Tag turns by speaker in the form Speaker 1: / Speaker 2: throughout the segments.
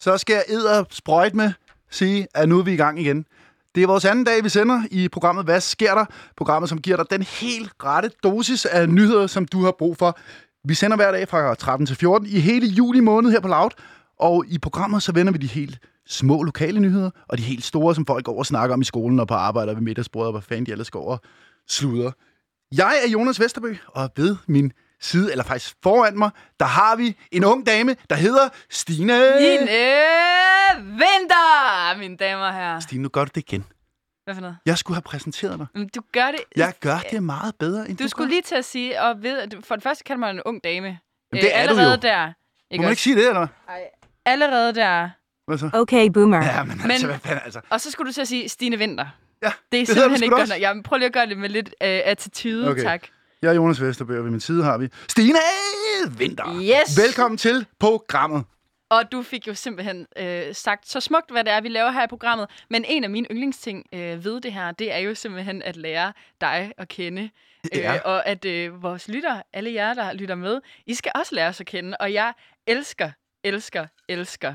Speaker 1: så skal jeg edder sprøjt med sige, at nu er vi i gang igen. Det er vores anden dag, vi sender i programmet Hvad sker der? Programmet, som giver dig den helt rette dosis af nyheder, som du har brug for. Vi sender hver dag fra 13 til 14 i hele juli måned her på Loud. Og i programmet, så vender vi de helt små lokale nyheder, og de helt store, som folk går og snakker om i skolen og på arbejde og ved middagsbordet, og hvad fanden de ellers går og sluder. Jeg er Jonas Vesterbø, og ved min side, eller faktisk foran mig, der har vi en ung dame, der hedder Stine.
Speaker 2: Line øh, Vinter, mine damer og herrer.
Speaker 1: Stine, nu gør du det igen.
Speaker 2: Hvad for noget?
Speaker 1: Jeg skulle have præsenteret dig.
Speaker 2: Jamen, Du gør det...
Speaker 1: Jeg gør det meget bedre, end du,
Speaker 2: Du skulle
Speaker 1: gør.
Speaker 2: lige til at sige, og ved, at du- for det første kalder man en ung dame.
Speaker 1: Jamen, det
Speaker 2: Øh,
Speaker 1: er du
Speaker 2: allerede
Speaker 1: jo.
Speaker 2: der.
Speaker 1: Må man ikke sige det, eller hvad?
Speaker 2: Allerede der.
Speaker 1: Hvad så?
Speaker 3: Okay, boomer.
Speaker 1: Ja, men altså, hvad fanden, altså.
Speaker 2: Og så skulle du til at sige Stine Vinter.
Speaker 1: Ja,
Speaker 2: Det er
Speaker 1: hedder du
Speaker 2: simpelthen
Speaker 1: sgu
Speaker 2: ikke
Speaker 1: da
Speaker 2: godt
Speaker 1: også.
Speaker 2: nok. Jamen, prøv lige at gøre det med lidt øh, attitude,
Speaker 1: Okay.
Speaker 2: tak.
Speaker 1: Jeg er Jonas Vesterbø, og ved min side har vi Stine Vinter.
Speaker 2: Yes.
Speaker 1: Velkommen til programmet.
Speaker 2: Og du fik jo simpelthen øh, sagt så smukt, hvad det er, vi laver her i programmet. Men en af mine yndlingsting øh, ved det her, det er jo simpelthen at lære dig at kende.
Speaker 1: Ja.
Speaker 2: og at øh, vores lytter, alle jer, der lytter med, I skal også lære os at kende. Og jeg elsker, elsker, elsker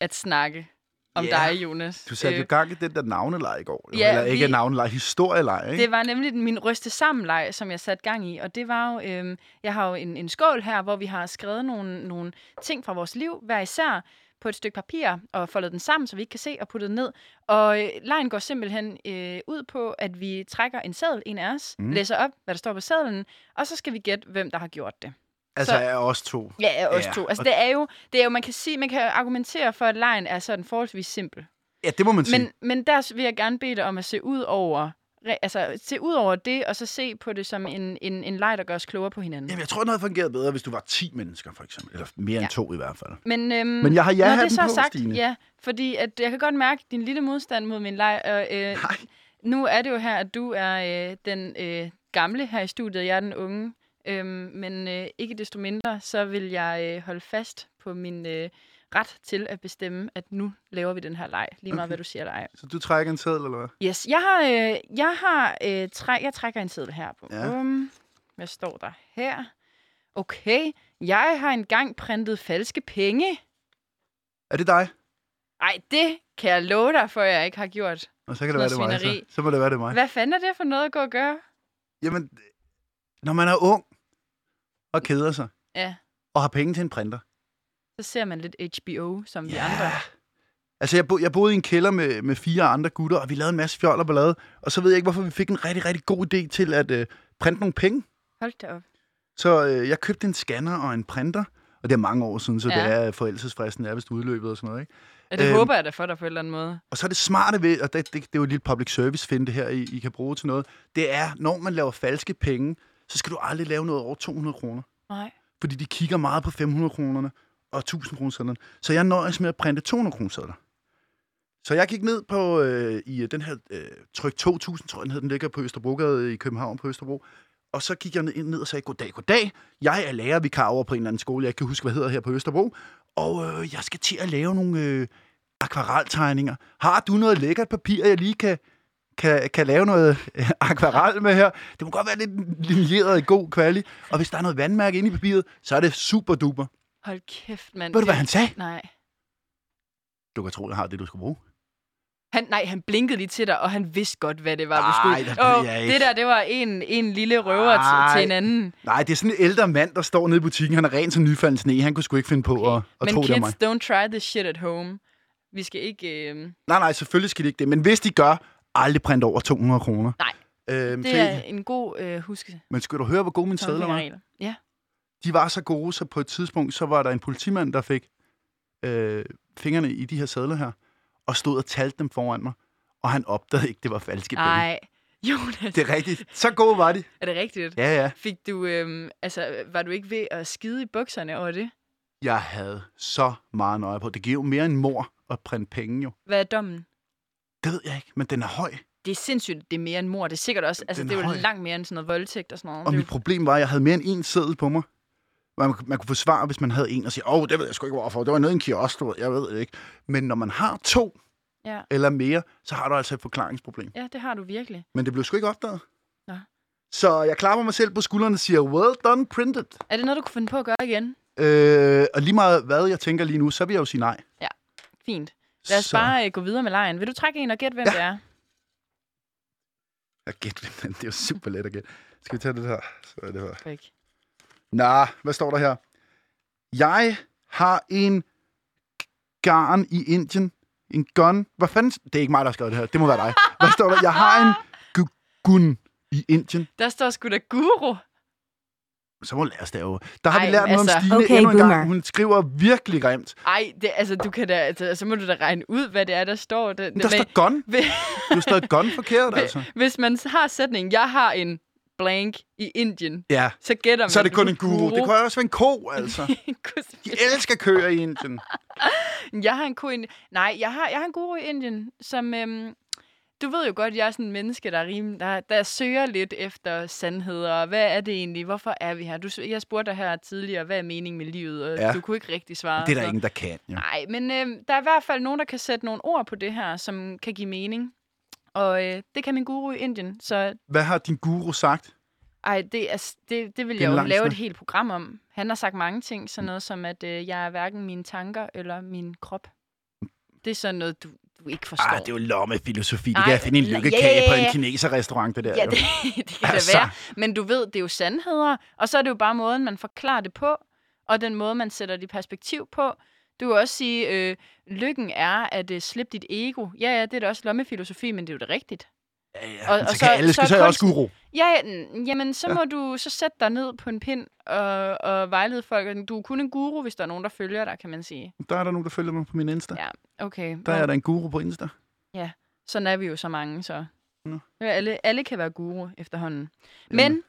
Speaker 2: at snakke om
Speaker 1: Ja.
Speaker 2: dig, Jonas. Øh,
Speaker 1: Du satte jo gang i den der navneleje i går.
Speaker 2: ja,
Speaker 1: eller ikke
Speaker 2: vi-
Speaker 1: navneleje, historieleje, ikke?
Speaker 2: Det var nemlig den- min ryste sammenleg, som jeg satte gang i, og det var jo, øhm, jeg har jo en, en skål her, hvor vi har skrevet nogle, nogle ting fra vores liv, hver især, på et stykke papir, og foldet den sammen, så vi ikke kan se, og puttet den ned. Og øh, lejen går simpelthen øh, ud på, at vi trækker en seddel, en af os,
Speaker 1: Mm.
Speaker 2: mm. læser op, hvad der står på sedlen, og så skal vi gætte, hvem der har gjort det.
Speaker 1: altså,
Speaker 2: så-
Speaker 1: jeg er også to.
Speaker 2: Ja, os
Speaker 1: Ja,
Speaker 2: to. Altså,
Speaker 1: og-
Speaker 2: det er jo, det er jo, man kan sige, man kan argumentere for, at lejen er sådan forholdsvis simpel.
Speaker 1: Ja, det må man sige.
Speaker 2: Men, men der vil jeg gerne bede dig om at se ud over, re- altså, se ud over det, og så se på det som en, en, en leg, der gør os klogere på hinanden.
Speaker 1: Jamen, jeg tror, den havde fungeret bedre, hvis du var 10 mennesker, for eksempel. Eller mere end
Speaker 2: Ja.
Speaker 1: to i hvert fald.
Speaker 2: Men, øhm,
Speaker 1: Men jeg har
Speaker 2: når det
Speaker 1: ja-hatten
Speaker 2: så er
Speaker 1: på,
Speaker 2: sagt,
Speaker 1: Stine.
Speaker 2: Ja, fordi at jeg kan godt mærke din lille modstand mod min leg. Og, øh,
Speaker 1: Nej.
Speaker 2: nu er det jo her, at du er øh, den øh, gamle her i studiet, jeg er den unge. Øhm, men øh, ikke desto mindre, så vil jeg øh, holde fast på min øh, ret til at bestemme, at nu laver vi den her leg. Lige meget,
Speaker 1: Okay.
Speaker 2: okay. hvad du siger eller ej.
Speaker 1: Så du trækker en sædel, eller hvad?
Speaker 2: Yes, jeg har, øh, jeg har øh, træ, jeg trækker en seddel her. på.
Speaker 1: Ja.
Speaker 2: Um, hvad står der her? Okay, jeg har engang printet falske penge.
Speaker 1: Er det dig?
Speaker 2: Ej, det kan jeg love dig, for jeg ikke har gjort.
Speaker 1: Og så kan det være,
Speaker 2: Noget
Speaker 1: det er mig. Så.
Speaker 2: svineri.
Speaker 1: så må det være, det er mig.
Speaker 2: Hvad fanden er det for noget at gå og gøre?
Speaker 1: Jamen, når man er ung og keder sig,
Speaker 2: Ja,
Speaker 1: og har penge til en printer.
Speaker 2: så ser man lidt HBO, som vi
Speaker 1: Ja.
Speaker 2: andre.
Speaker 1: Altså, jeg, bo, jeg boede i en kælder med, med fire andre gutter, og vi lavede en masse fjol og ballade. Og så ved jeg ikke, hvorfor vi fik en rigtig, rigtig god idé til at øh, printe nogle penge.
Speaker 2: Hold da op.
Speaker 1: Så øh, jeg købte en scanner og en printer. Og det er mange år siden, så ja.
Speaker 2: Ja.
Speaker 1: det er at forældelsesfristen er vist udløbet og sådan noget, ikke?
Speaker 2: Ja, det
Speaker 1: Øhm.
Speaker 2: øhm. håber jeg da for dig på en eller anden måde.
Speaker 1: Og så er det smarte ved, og det, det, det er jo et lille public service finte her, I, I kan bruge til noget, det er, når man laver falske penge, så skal du aldrig lave noget over 200 kroner.
Speaker 2: Nej.
Speaker 1: Fordi de kigger meget på 500 kronerne og 1000 kroner Så jeg nøjes med at printe 200 kroner Så jeg gik ned på øh, i øh, den her øh, tryk 2000, tror jeg den hed, den ligger på Østerbrogade i København på Østerbro. Og så gik jeg ned, ned og sagde, goddag, goddag. Jeg er lærervikar over på en eller anden skole, jeg ikke kan huske, hvad hedder her på Østerbro. Og øh, jeg skal til at lave nogle øh, akvareltegninger. Har du noget lækkert papir, jeg lige kan, kan, kan lave noget øh, akvarel med her? Det må godt være lidt linjeret i god kvali. Og hvis der er noget vandmærke inde i papiret, så er det super duper.
Speaker 2: Hold kæft, mand.
Speaker 1: Ved du,
Speaker 2: Det-
Speaker 1: hvad han sagde?
Speaker 2: Nej.
Speaker 1: Du kan tro, jeg har det, du skal bruge.
Speaker 2: Han, nej, han blinkede lige til dig, og han vidste godt, hvad det var,
Speaker 1: Ej,
Speaker 2: du
Speaker 1: det
Speaker 2: skulle.
Speaker 1: ved
Speaker 2: Åh,
Speaker 1: jeg ikke.
Speaker 2: det der, det var en, en lille røver
Speaker 1: Ej.
Speaker 2: til, til en anden.
Speaker 1: Nej, det er sådan en ældre mand, der står nede i butikken. Han er ren som nyfaldet sne. Han kunne sgu ikke finde på okay. at, at
Speaker 2: Men
Speaker 1: tro det af
Speaker 2: kids,
Speaker 1: mig.
Speaker 2: don't try this shit at home. Vi skal ikke... Øh...
Speaker 1: Nej, nej, selvfølgelig skal de ikke det. Men hvis de gør, aldrig print over 200 kroner.
Speaker 2: Nej.
Speaker 1: Øhm,
Speaker 2: Det er en god øh, huske.
Speaker 1: Men skal du høre, hvor gode mine sædler var?
Speaker 2: tommelfingerregel. Ja.
Speaker 1: de var så gode, så på et tidspunkt, så var der en politimand, der fik øh, fingrene i de her sædler her, og stod og talte dem foran mig, og han opdagede ikke, det var falske penge.
Speaker 2: Ej, Jonas,
Speaker 1: Det er rigtigt. Så gode var de.
Speaker 2: er det rigtigt?
Speaker 1: Ja, ja.
Speaker 2: Fik du, øhm, altså, var du ikke ved at skide i bukserne over det?
Speaker 1: Jeg havde så meget nøje på. Det giver jo mere end mor at printe penge jo.
Speaker 2: Hvad er dommen?
Speaker 1: Det ved jeg ikke, men den er høj.
Speaker 2: Det er sindssygt, det er mere end mor. Det er sikkert også, altså,
Speaker 1: Den
Speaker 2: det er jo
Speaker 1: høj.
Speaker 2: langt mere end sådan noget voldtægt og sådan noget.
Speaker 1: Og
Speaker 2: det er
Speaker 1: mit problem var, at jeg havde mere end én sædel på mig. Man, man kunne få svar, hvis man havde en, og sige, åh, det ved jeg sgu ikke, hvorfor. Det var nede i en kiosk, du ved. jeg ved det ikke. Men når man har to
Speaker 2: jo, ja.
Speaker 1: eller mere, så har du altså et forklaringsproblem.
Speaker 2: ja, det har du virkelig.
Speaker 1: Men det blev sgu ikke opdaget.
Speaker 2: Nå.
Speaker 1: Så jeg klapper mig selv på skuldrene og siger, well done, printed.
Speaker 2: Er det noget, du kunne finde på at gøre igen?
Speaker 1: Øh, og lige meget hvad jeg tænker lige nu, så vil jeg jo sige nej.
Speaker 2: Ja. Fint. Lad os
Speaker 1: Så-
Speaker 2: så. bare øh, gå videre med lejen. Vil du trække en og gætte, hvem
Speaker 1: Ja.
Speaker 2: ja. det er?
Speaker 1: Jeg gæt, hvem den- det er jo super let at gætte. Skal vi tage det her? Så er det her.
Speaker 2: Rik.
Speaker 1: Nå, hvad står der her? Jeg har en garn i Indien. En gun. Hvad fanden? Det er ikke mig, der har skrevet det her. Det må være dig. Hvad står der? Jeg har en gu- gun i Indien.
Speaker 2: Der står sgu da guru.
Speaker 1: Så må lad os derovre. Der har Ej,
Speaker 2: Ej,
Speaker 1: vi lært noget
Speaker 2: altså,
Speaker 1: om Stine
Speaker 3: okay,
Speaker 1: endnu en
Speaker 3: boomer.
Speaker 1: gang. Hun skriver virkelig grimt.
Speaker 2: Ej, det, altså, du kan da, altså, så må du da regne ud, hvad det er, der står. Det,
Speaker 1: Men der står gun.
Speaker 2: Hvis,
Speaker 1: Du står gun forkert, altså.
Speaker 2: hvis man har sætningen, jeg har en blank i Indien,
Speaker 1: Ja.
Speaker 2: så gætter man.
Speaker 1: Så er det kun en guru.
Speaker 2: guru.
Speaker 1: Det kunne også være en ko, altså. De
Speaker 2: kunne...
Speaker 1: elsker køer i Indien.
Speaker 2: Jeg har en ko i Indien. Nej, jeg har, jeg har en guru i Indien, som... Øhm, du ved jo godt, jeg er sådan en menneske, der, er rim, der, der søger lidt efter sandheder. Og hvad er det egentlig? Hvorfor er vi her? Du, jeg spurgte dig her tidligere, hvad er meningen med livet? Og
Speaker 1: Ja.
Speaker 2: ja. altså. du kunne ikke rigtig svare.
Speaker 1: Det er der
Speaker 2: Så-
Speaker 1: ingen, der kan, jo.
Speaker 2: Nej, men øh, der er i hvert fald nogen, der kan sætte nogle ord på det her, som kan give mening. Og øh, det kan min guru i Indien, så
Speaker 1: Hvad har din guru sagt?
Speaker 2: ej, det, er, s- det, det vil
Speaker 1: Det er
Speaker 2: jeg
Speaker 1: en
Speaker 2: jo
Speaker 1: lang
Speaker 2: lave
Speaker 1: snak.
Speaker 2: et helt program om. Han har sagt mange ting, sådan noget som, at øh, jeg er hverken mine tanker eller min krop. Det er sådan noget, du, du ikke forstår.
Speaker 1: Ah, det er jo lommefilosofi. Det
Speaker 2: Ej,
Speaker 1: kan jeg finde en
Speaker 2: ja,
Speaker 1: lykkekage
Speaker 2: ja, ja,
Speaker 1: på en
Speaker 2: ja.
Speaker 1: kineserrestaurant, det der.
Speaker 2: ja,
Speaker 1: jo.
Speaker 2: det, det
Speaker 1: Altså.
Speaker 2: kan altså. det være. Men du ved, det er jo sandheder, og så er det jo bare måden, man forklarer det på, og den måde, man sætter det i perspektiv på. Du kan også sige, øh, lykken er at øh, slippe dit ego. Ja, ja, det er da også lommefilosofi, men det er jo det rigtigt.
Speaker 1: Ja, ja.
Speaker 2: Og-
Speaker 1: Men
Speaker 2: og
Speaker 1: så
Speaker 2: så-
Speaker 1: kan alle, så,
Speaker 2: så
Speaker 1: så er jeg også
Speaker 2: kunsten-
Speaker 1: guru.
Speaker 2: Ja, ja, n- jamen, så ja. må du så sætte dig ned på en pind og, og vejlede folk. Du er kun en guru, hvis der er nogen, der følger dig, kan man sige.
Speaker 1: Der er der nogen, der følger mig på min Insta. Ja.
Speaker 2: Ja. Okay,
Speaker 1: Der er
Speaker 2: nå,
Speaker 1: der en guru på Insta.
Speaker 2: sådan er vi jo så mange, så.
Speaker 1: Nå.
Speaker 2: Ja, alle, alle kan være guru efterhånden. Men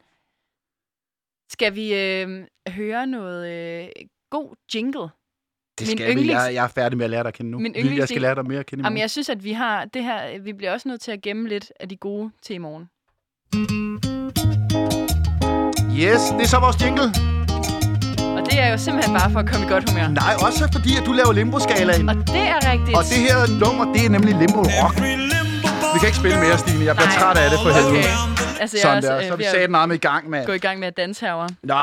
Speaker 2: skal vi øh, høre noget øh, god jingle?
Speaker 1: Det
Speaker 2: min
Speaker 1: skal vi.
Speaker 2: yndlings-
Speaker 1: Jeg, jeg er færdig med at lære dig at kende nu.
Speaker 2: Min
Speaker 1: jeg skal
Speaker 2: yndlings-
Speaker 1: lære dig mere at kende i
Speaker 2: Jamen,
Speaker 1: morgen.
Speaker 2: jeg synes, at vi har det her. Vi bliver også nødt til at gemme lidt af de gode til i morgen.
Speaker 1: Yes, det er så vores jingle.
Speaker 2: Og det er jo simpelthen bare for at komme i godt humør.
Speaker 1: Nej, også fordi, at du laver limboskalaen.
Speaker 2: Og det er rigtigt.
Speaker 1: Og det her nummer, det er nemlig limbo rock. Vi kan ikke spille mere, Stine. Jeg bliver
Speaker 2: Nej.
Speaker 1: træt af det for helvede.
Speaker 2: Okay. Altså, jeg er
Speaker 1: Sådan
Speaker 2: også,
Speaker 1: der.
Speaker 2: øh,
Speaker 1: Så er vi
Speaker 2: ved at
Speaker 1: sat meget med i gang, mand.
Speaker 2: gå i gang med at danse herovre.
Speaker 1: Nå,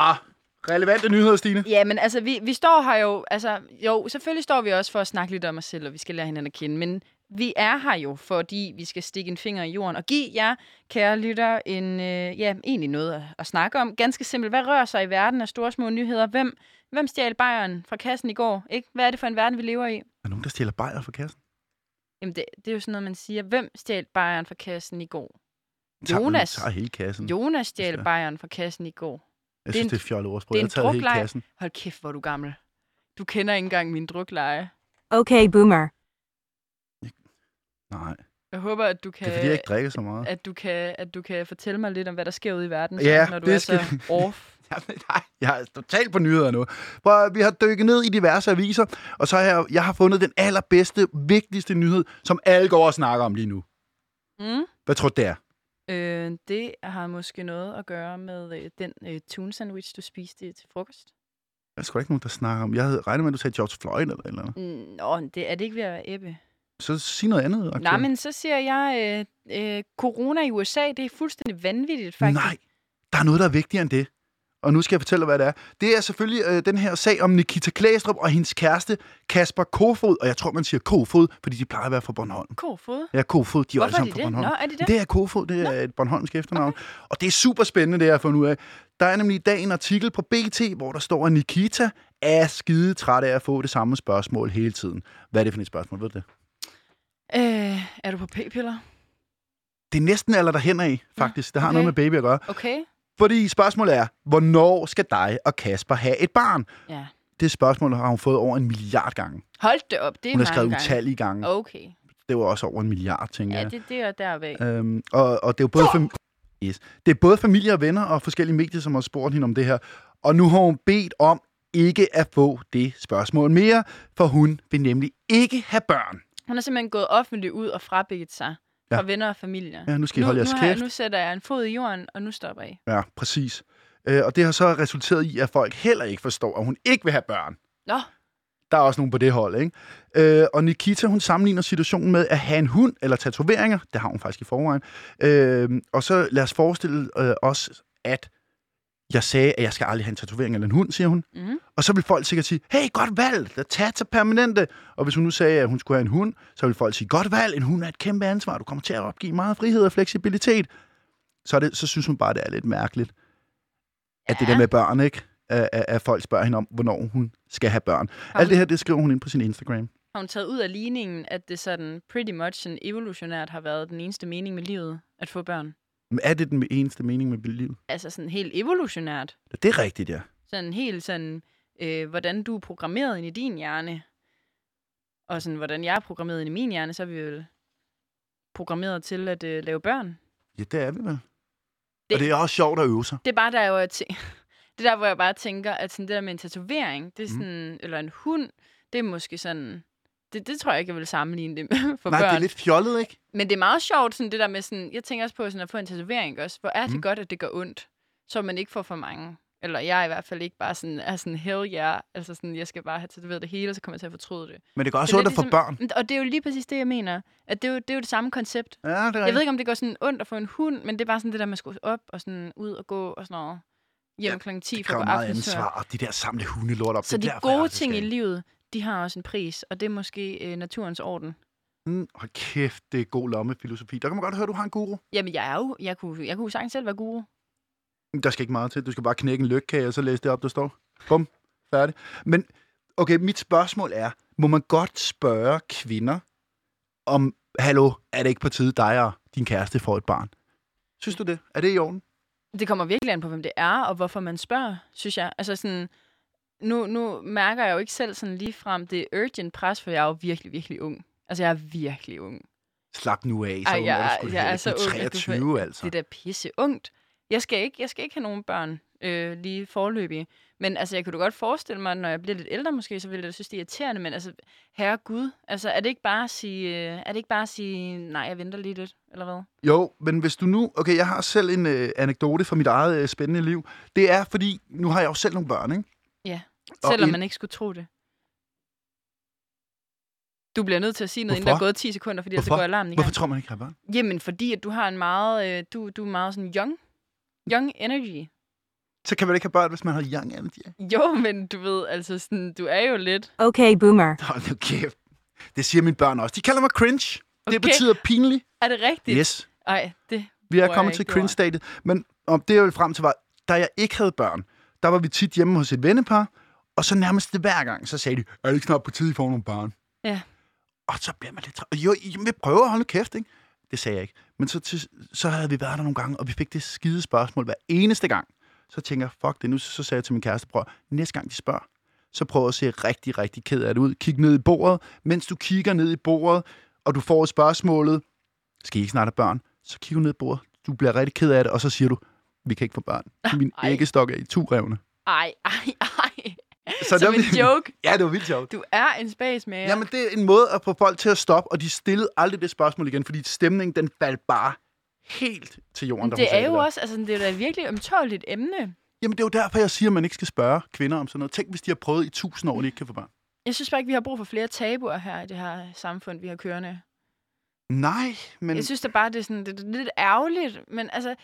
Speaker 1: relevante nyheder, Stine.
Speaker 2: Ja, men altså, vi, vi står her jo... Altså, jo, selvfølgelig står vi også for at snakke lidt om os selv, og vi skal lære hinanden at kende. Men vi er her jo, fordi vi skal stikke en finger i jorden og give jer, kære lytter, en, øh, ja, egentlig noget at, at snakke om. Ganske simpelt. Hvad rører sig i verden af store små nyheder? Hvem, hvem stjal Bayern fra kassen i går? Ikke? Hvad er det for en verden, vi lever i?
Speaker 1: Er der nogen, der stjæler bajer fra kassen?
Speaker 2: Jamen, det, det er jo sådan noget, man siger. Hvem stjal Bayern fra kassen i går?
Speaker 1: Tager-
Speaker 2: Jonas.
Speaker 1: Tager hele kassen.
Speaker 2: Jonas
Speaker 1: Hvis Mm. det
Speaker 2: stjal
Speaker 1: er.
Speaker 2: Bayern fra kassen i går.
Speaker 1: Jeg
Speaker 2: det er
Speaker 1: synes,
Speaker 2: en-
Speaker 1: det er fjollet ordsprog.
Speaker 2: det er
Speaker 1: Jeg
Speaker 2: en
Speaker 1: har taget hele
Speaker 2: drukleje.
Speaker 1: kassen.
Speaker 2: Hold kæft, hvor er du gammel. Du kender ikke engang min drukleje.
Speaker 3: Okay, boomer.
Speaker 1: Nej,
Speaker 2: Jeg håber, at du
Speaker 1: det
Speaker 2: kan...
Speaker 1: er fordi, jeg ikke drikker så meget.
Speaker 2: at du, kan, at du kan fortælle mig lidt om, hvad der sker ude i verden,
Speaker 1: Ja,
Speaker 2: så, når du
Speaker 1: det
Speaker 2: er
Speaker 1: skal
Speaker 2: så
Speaker 1: vi.
Speaker 2: off.
Speaker 1: Jamen, nej, jeg er totalt på nyheder nu. Hvor vi har dykket ned i diverse aviser, og så har jeg, jeg har fundet den allerbedste, vigtigste nyhed, som alle går og snakker om lige nu.
Speaker 2: Mm.
Speaker 1: Hvad tror du, det er?
Speaker 2: Øh, det har måske noget at gøre med øh, den øh, tune sandwich, du spiste til frokost.
Speaker 1: Der er sgu da ikke nogen, der snakker om. Jeg havde regnet med, at du sagde George Floyd eller et eller andet.
Speaker 2: Mm, Nå, det er det ikke ved at være æbbe.
Speaker 1: Så sig noget andet. aktuelt.
Speaker 2: Nej, men så siger jeg, øh, øh, corona i USA, det er fuldstændig vanvittigt, faktisk.
Speaker 1: Nej, der er noget, der er vigtigere end det. Og nu skal jeg fortælle, hvad det er. Det er selvfølgelig øh, den her sag om Nikita Klæstrup og hendes kæreste Kasper Kofod. Og jeg tror, man siger Kofod, fordi de plejer at være fra Bornholm.
Speaker 2: Kofod?
Speaker 1: Ja, Kofod, de er jo alle
Speaker 2: Hvorfor er
Speaker 1: sammen
Speaker 2: det
Speaker 1: fra
Speaker 2: det?
Speaker 1: Bornholm.
Speaker 2: Nå, er det det?
Speaker 1: Det er Kofod, det er et bornholmsk efternavn. Okay. Og det er super spændende, det jeg har fundet ud af. Der er nemlig i dag en artikel på BT, hvor der står, at Nikita er skide træt af at få det samme spørgsmål hele tiden. Hvad er det for et spørgsmål, ved du det?
Speaker 2: Øh, er du på p-piller?
Speaker 1: Det er næsten alder derhen af, faktisk. Det har
Speaker 2: okay.
Speaker 1: noget med baby at gøre.
Speaker 2: Okay.
Speaker 1: Fordi spørgsmålet er, hvornår skal dig og Kasper have et barn?
Speaker 2: Ja.
Speaker 1: Det spørgsmål har hun fået over en milliard gange.
Speaker 2: Hold det op, det er
Speaker 1: Hun har
Speaker 2: mange
Speaker 1: skrevet
Speaker 2: gange.
Speaker 1: utallige gange.
Speaker 2: Okay.
Speaker 1: Det var også over en milliard, tænker
Speaker 2: Ja,
Speaker 1: jeg.
Speaker 2: det, det er dervæk.
Speaker 1: Øhm, og, og det er jo både, fam- yes. det er både familie og venner og forskellige medier, som har spurgt hende om det her. Og nu har hun bedt om ikke at få det spørgsmål mere, for hun vil nemlig ikke have børn.
Speaker 2: Hun har simpelthen gået offentligt ud og frabedt sig
Speaker 1: Ja.
Speaker 2: fra venner og familier.
Speaker 1: Ja, nu skal I
Speaker 2: nu,
Speaker 1: holde jeres
Speaker 2: nu, har jeg,
Speaker 1: kæft.
Speaker 2: nu sætter jeg en fod i jorden, og nu stopper I.
Speaker 1: Ja, præcis. Øh, og det har så resulteret i, at folk heller ikke forstår, at hun ikke vil have børn.
Speaker 2: Nå,
Speaker 1: Der er også nogen på det hold, ikke? Øh, og Nikita, hun sammenligner situationen med at have en hund eller tatoveringer. Det har hun faktisk i forvejen. Øh, og så lad os forestille øh, os, at Jeg sagde, at jeg skal aldrig have en tatovering eller en hund, siger hun.
Speaker 2: Mhm.
Speaker 1: Og så vil folk sikkert sige, hey, godt valg, der tager permanente. Og hvis hun nu sagde, at hun skulle have en hund, så vil folk sige, godt valg, en hund er et kæmpe ansvar. Du kommer til at opgive meget frihed og fleksibilitet. Så, er det, så synes hun bare, det er lidt mærkeligt, at det
Speaker 2: Ja.
Speaker 1: der med børn, ikke? At, at, at folk spørger hende om, hvornår hun skal have børn.
Speaker 2: Har
Speaker 1: Alt
Speaker 2: hun,
Speaker 1: det her, det skriver hun ind på sin Instagram.
Speaker 2: har hun taget ud af ligningen, at det sådan pretty much en evolutionært har været den eneste mening med livet, at få børn?
Speaker 1: Men er det den eneste mening med livet?
Speaker 2: Altså sådan helt evolutionært.
Speaker 1: Det er rigtigt, ja.
Speaker 2: sådan helt sådan, øh, hvordan du er programmeret ind i din hjerne, og sådan, hvordan jeg er programmeret ind i min hjerne, så er vi vel programmeret til at øh, lave børn.
Speaker 1: Ja, det er vi vel. Det...
Speaker 2: Det-
Speaker 1: Og det er også sjovt at øve sig.
Speaker 2: Det er bare der, hvor jeg, tæ- det er der, hvor jeg bare tænker, at sådan det der med en tatovering, det
Speaker 1: Mhm.
Speaker 2: er sådan, mm. eller en hund, det er måske sådan, det, det tror jeg ikke, jeg vil sammenligne det med for
Speaker 1: Nej,
Speaker 2: børn.
Speaker 1: det er lidt fjollet, ikke?
Speaker 2: Men det er meget sjovt, sådan det der med sådan, jeg tænker også på sådan at få en tatovering, ikke også? Hvor er det
Speaker 1: Mm.
Speaker 2: mm. godt, at det gør ondt, så man ikke får for mange. Eller jeg er i hvert fald ikke bare sådan, er sådan, hell yeah, altså sådan, jeg skal bare have tatoveret det hele, og så kommer jeg til at fortryde det.
Speaker 1: Men det gør også
Speaker 2: Det er
Speaker 1: ondt at
Speaker 2: lidt
Speaker 1: få børn.
Speaker 2: ligesom- Men- Og det er jo lige præcis det, jeg mener, at det er jo det, er jo det samme koncept.
Speaker 1: Ja, det er rigtigt.
Speaker 2: Jeg ved ikke, om det går sådan ondt at få en hund, men det er bare sådan det der, man skal op og sådan ud og gå og sådan noget. Hjem
Speaker 1: Ja,
Speaker 2: ja, klokken 10
Speaker 1: det
Speaker 2: for at
Speaker 1: kræver
Speaker 2: gå
Speaker 1: meget
Speaker 2: aftensør.
Speaker 1: ansvar, og de der samle hundelort op.
Speaker 2: Så
Speaker 1: det
Speaker 2: de
Speaker 1: er derfor, jeg
Speaker 2: gode
Speaker 1: aldrig skal
Speaker 2: ting i
Speaker 1: ind.
Speaker 2: livet, de har også en pris, og det er måske øh, naturens orden.
Speaker 1: Mm, hold kæft, det er god lommefilosofi. Der kan man godt høre, at du har en guru.
Speaker 2: Jamen, jeg er jo, jeg kunne, jeg kunne sagtens selv være guru.
Speaker 1: Men Der skal ikke meget til. Du skal bare knække en lykkage, og så læse det op, der står. Bum, færdig. Men okay, mit spørgsmål er, må man godt spørge kvinder om, hallo, er det ikke på tide dig og din kæreste får et barn? Synes du det? Er det i orden?
Speaker 2: Det kommer virkelig an på, hvem det er, og hvorfor man spørger, synes jeg. Altså sådan, nu, nu mærker jeg jo ikke selv sådan lige frem det urgent pres, for jeg er jo virkelig, virkelig ung. Altså, jeg er virkelig ung.
Speaker 1: Slap nu af, så
Speaker 2: Ej,
Speaker 1: Ej,
Speaker 2: jeg
Speaker 1: er
Speaker 2: er-
Speaker 1: du sgu
Speaker 2: jeg
Speaker 1: heller
Speaker 2: er
Speaker 1: ikke.
Speaker 2: så
Speaker 1: Du
Speaker 2: ung, at du
Speaker 1: 23, altså.
Speaker 2: Det er da pisse ungt. Jeg skal ikke, jeg skal ikke have nogen børn øh, lige forløbig. Men altså, jeg kunne da godt forestille mig, at når jeg bliver lidt ældre måske, så ville jeg da synes, det er irriterende. Men altså, herre Gud, altså, er det ikke bare at sige, øh, er det ikke bare at sige, nej, jeg venter lige lidt, eller hvad?
Speaker 1: Jo, men hvis du nu... Okay, jeg har selv en øh, anekdote fra mit eget øh, spændende liv. Det er, fordi nu har jeg jo selv nogle børn, ikke? Og
Speaker 2: Selvom
Speaker 1: en-
Speaker 2: man ikke skulle tro det. Du bliver nødt til at sige noget, inden der
Speaker 1: Hvorfor?
Speaker 2: er gået 10 sekunder, fordi ellers så
Speaker 1: Hvorfor?
Speaker 2: går alarmen i gang.
Speaker 1: Hvorfor tror man ikke, jeg har børn?
Speaker 2: Jamen, fordi at du har en meget, øh, du, du er meget sådan young, young energy.
Speaker 1: Så kan man ikke have børn, hvis man har young energy.
Speaker 2: Jo, men du ved, altså sådan, du er jo lidt...
Speaker 3: Okay, boomer.
Speaker 1: Hold nu kæft. Det siger mine børn også. De kalder mig cringe. Okay.
Speaker 2: Okay.
Speaker 1: Det betyder pinlig.
Speaker 2: Er det rigtigt?
Speaker 1: Yes.
Speaker 2: Ej, det...
Speaker 1: Vi er
Speaker 2: Tror jeg
Speaker 1: kommet
Speaker 2: ikke,
Speaker 1: til
Speaker 2: det var.
Speaker 1: cringe-statet. Men om det, jeg ville frem til, var, da jeg ikke havde børn, der var vi tit hjemme hos et vennepar, og så nærmest det hver gang, så sagde de, er det ikke snart på tide, I får nogle børn?
Speaker 2: Ja.
Speaker 1: Og så bliver man lidt træt. Og Jo, I vil prøve at holde kæft, ikke? Det sagde jeg ikke. Men så, til, så havde vi været der nogle gange, og vi fik det skide spørgsmål hver eneste gang. Så tænker jeg, fuck det nu. Så, så sagde jeg til min kæreste, prøv, at- næste gang de spørger, så prøv at se rigtig, rigtig ked af det ud. Kig ned i bordet. Mens du kigger ned i bordet, og du får spørgsmålet, skal I ikke snart have børn? Så kigger du ned i bordet. Du bliver rigtig ked af det, og så siger du, vi kan ikke få børn. Min
Speaker 2: Ej.
Speaker 1: æggestok er i turevne.
Speaker 2: Ej, ej, ej.
Speaker 1: Så
Speaker 2: Som
Speaker 1: der-
Speaker 2: en joke.
Speaker 1: Ja, det var vildt sjovt.
Speaker 2: Du er en spacemager.
Speaker 1: Jamen, det er en måde at få folk til at stoppe, og de stillede aldrig det spørgsmål igen, fordi stemningen, den faldt bare helt til jorden.
Speaker 2: Men
Speaker 1: da hun
Speaker 2: det
Speaker 1: sagde
Speaker 2: er jo
Speaker 1: der.
Speaker 2: også, altså sådan, det er da et virkelig omtåligt emne.
Speaker 1: Jamen, det er jo derfor, jeg siger, at man ikke skal spørge kvinder om sådan noget. Tænk, hvis de har prøvet i tusind år, at de ikke kan få børn.
Speaker 2: Jeg synes bare ikke, vi har brug for flere tabuer her i det her samfund, vi har kørende.
Speaker 1: Nej, men...
Speaker 2: Jeg synes da bare, det er, sådan, det er lidt ærgerligt, men altså,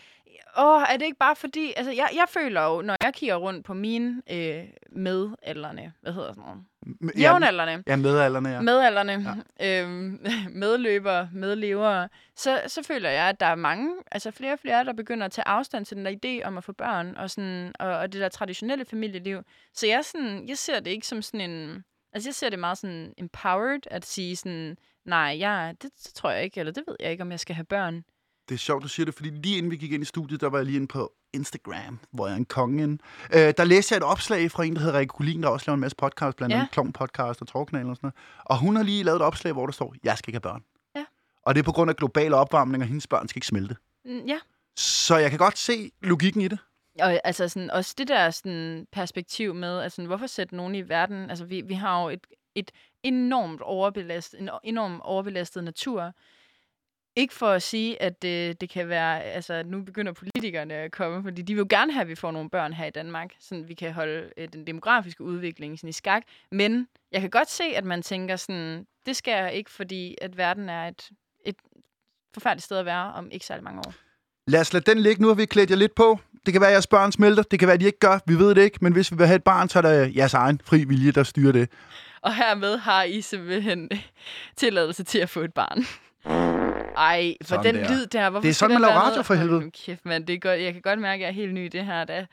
Speaker 2: åh, er det ikke bare fordi, altså, jeg, jeg føler jo, når jeg kigger rundt på mine øh, medalderne, hvad hedder sådan noget?
Speaker 1: M- ja,
Speaker 2: Jævnaldrende,
Speaker 1: ja, medalderne, ja.
Speaker 2: medalderne, øhm, medløbere, medlevere, så, så føler jeg, at der er mange, altså flere og flere, der begynder at tage afstand til den der idé om at få børn, og, sådan, og, og det der traditionelle familieliv. Så jeg, er sådan, jeg ser det ikke som sådan en, altså jeg ser det meget sådan empowered, at sige sådan, nej, jeg, det, det tror jeg ikke, eller det ved jeg ikke, om jeg skal have børn.
Speaker 1: Det er sjovt, du siger det, fordi lige inden vi gik ind i studiet, der var jeg lige inde på Instagram, hvor jeg er en konge inde. Øh, der læste jeg et opslag fra en, der hedder Rikke Kulin, der også laver en masse podcast, blandt
Speaker 2: Ja.
Speaker 1: andet Klon Podcast og Torkanalen og sådan noget. Og hun har lige lavet et opslag, hvor der står, jeg skal ikke have børn.
Speaker 2: Ja.
Speaker 1: Og det er på grund af global opvarmning, og hendes børn skal ikke smelte.
Speaker 2: Mm, Ja,
Speaker 1: Så jeg kan godt se logikken i det.
Speaker 2: og altså sådan, også det der sådan, perspektiv med, altså, sådan, hvorfor sætte nogen i verden? Altså, vi, vi har jo et, et enormt overbelastet, en enormt overbelastet natur. Ikke for at sige, at øh, det kan være, altså at nu begynder politikerne at komme, fordi de vil jo gerne have, at vi får nogle børn her i Danmark, så vi kan holde øh, den demografiske udvikling sådan, i skak. Men jeg kan godt se, at man tænker sådan, det skal jeg ikke, fordi at verden er et, et forfærdeligt sted at være om ikke særlig mange år.
Speaker 1: Lad os lade den ligge. Nu har vi klædt jer lidt på. Det kan være, at jeres børn smelter. Det kan være, at de ikke gør. Vi ved det ikke. Men hvis vi vil have et barn, så er det jeres egen fri vilje, der styrer det.
Speaker 2: Og hermed har I simpelthen øh, tilladelse til at få et barn. Ej, for
Speaker 1: Sådan
Speaker 2: den
Speaker 1: der.
Speaker 2: lyd der. Hvorfor
Speaker 1: Det er
Speaker 2: skal
Speaker 1: sådan, man
Speaker 2: den
Speaker 1: laver
Speaker 2: være
Speaker 1: radio,
Speaker 2: med?
Speaker 1: for
Speaker 2: Hold
Speaker 1: helvede.
Speaker 2: Nu kæft, mand. Det er godt. Jeg kan godt mærke, at jeg er helt ny i det her. Da.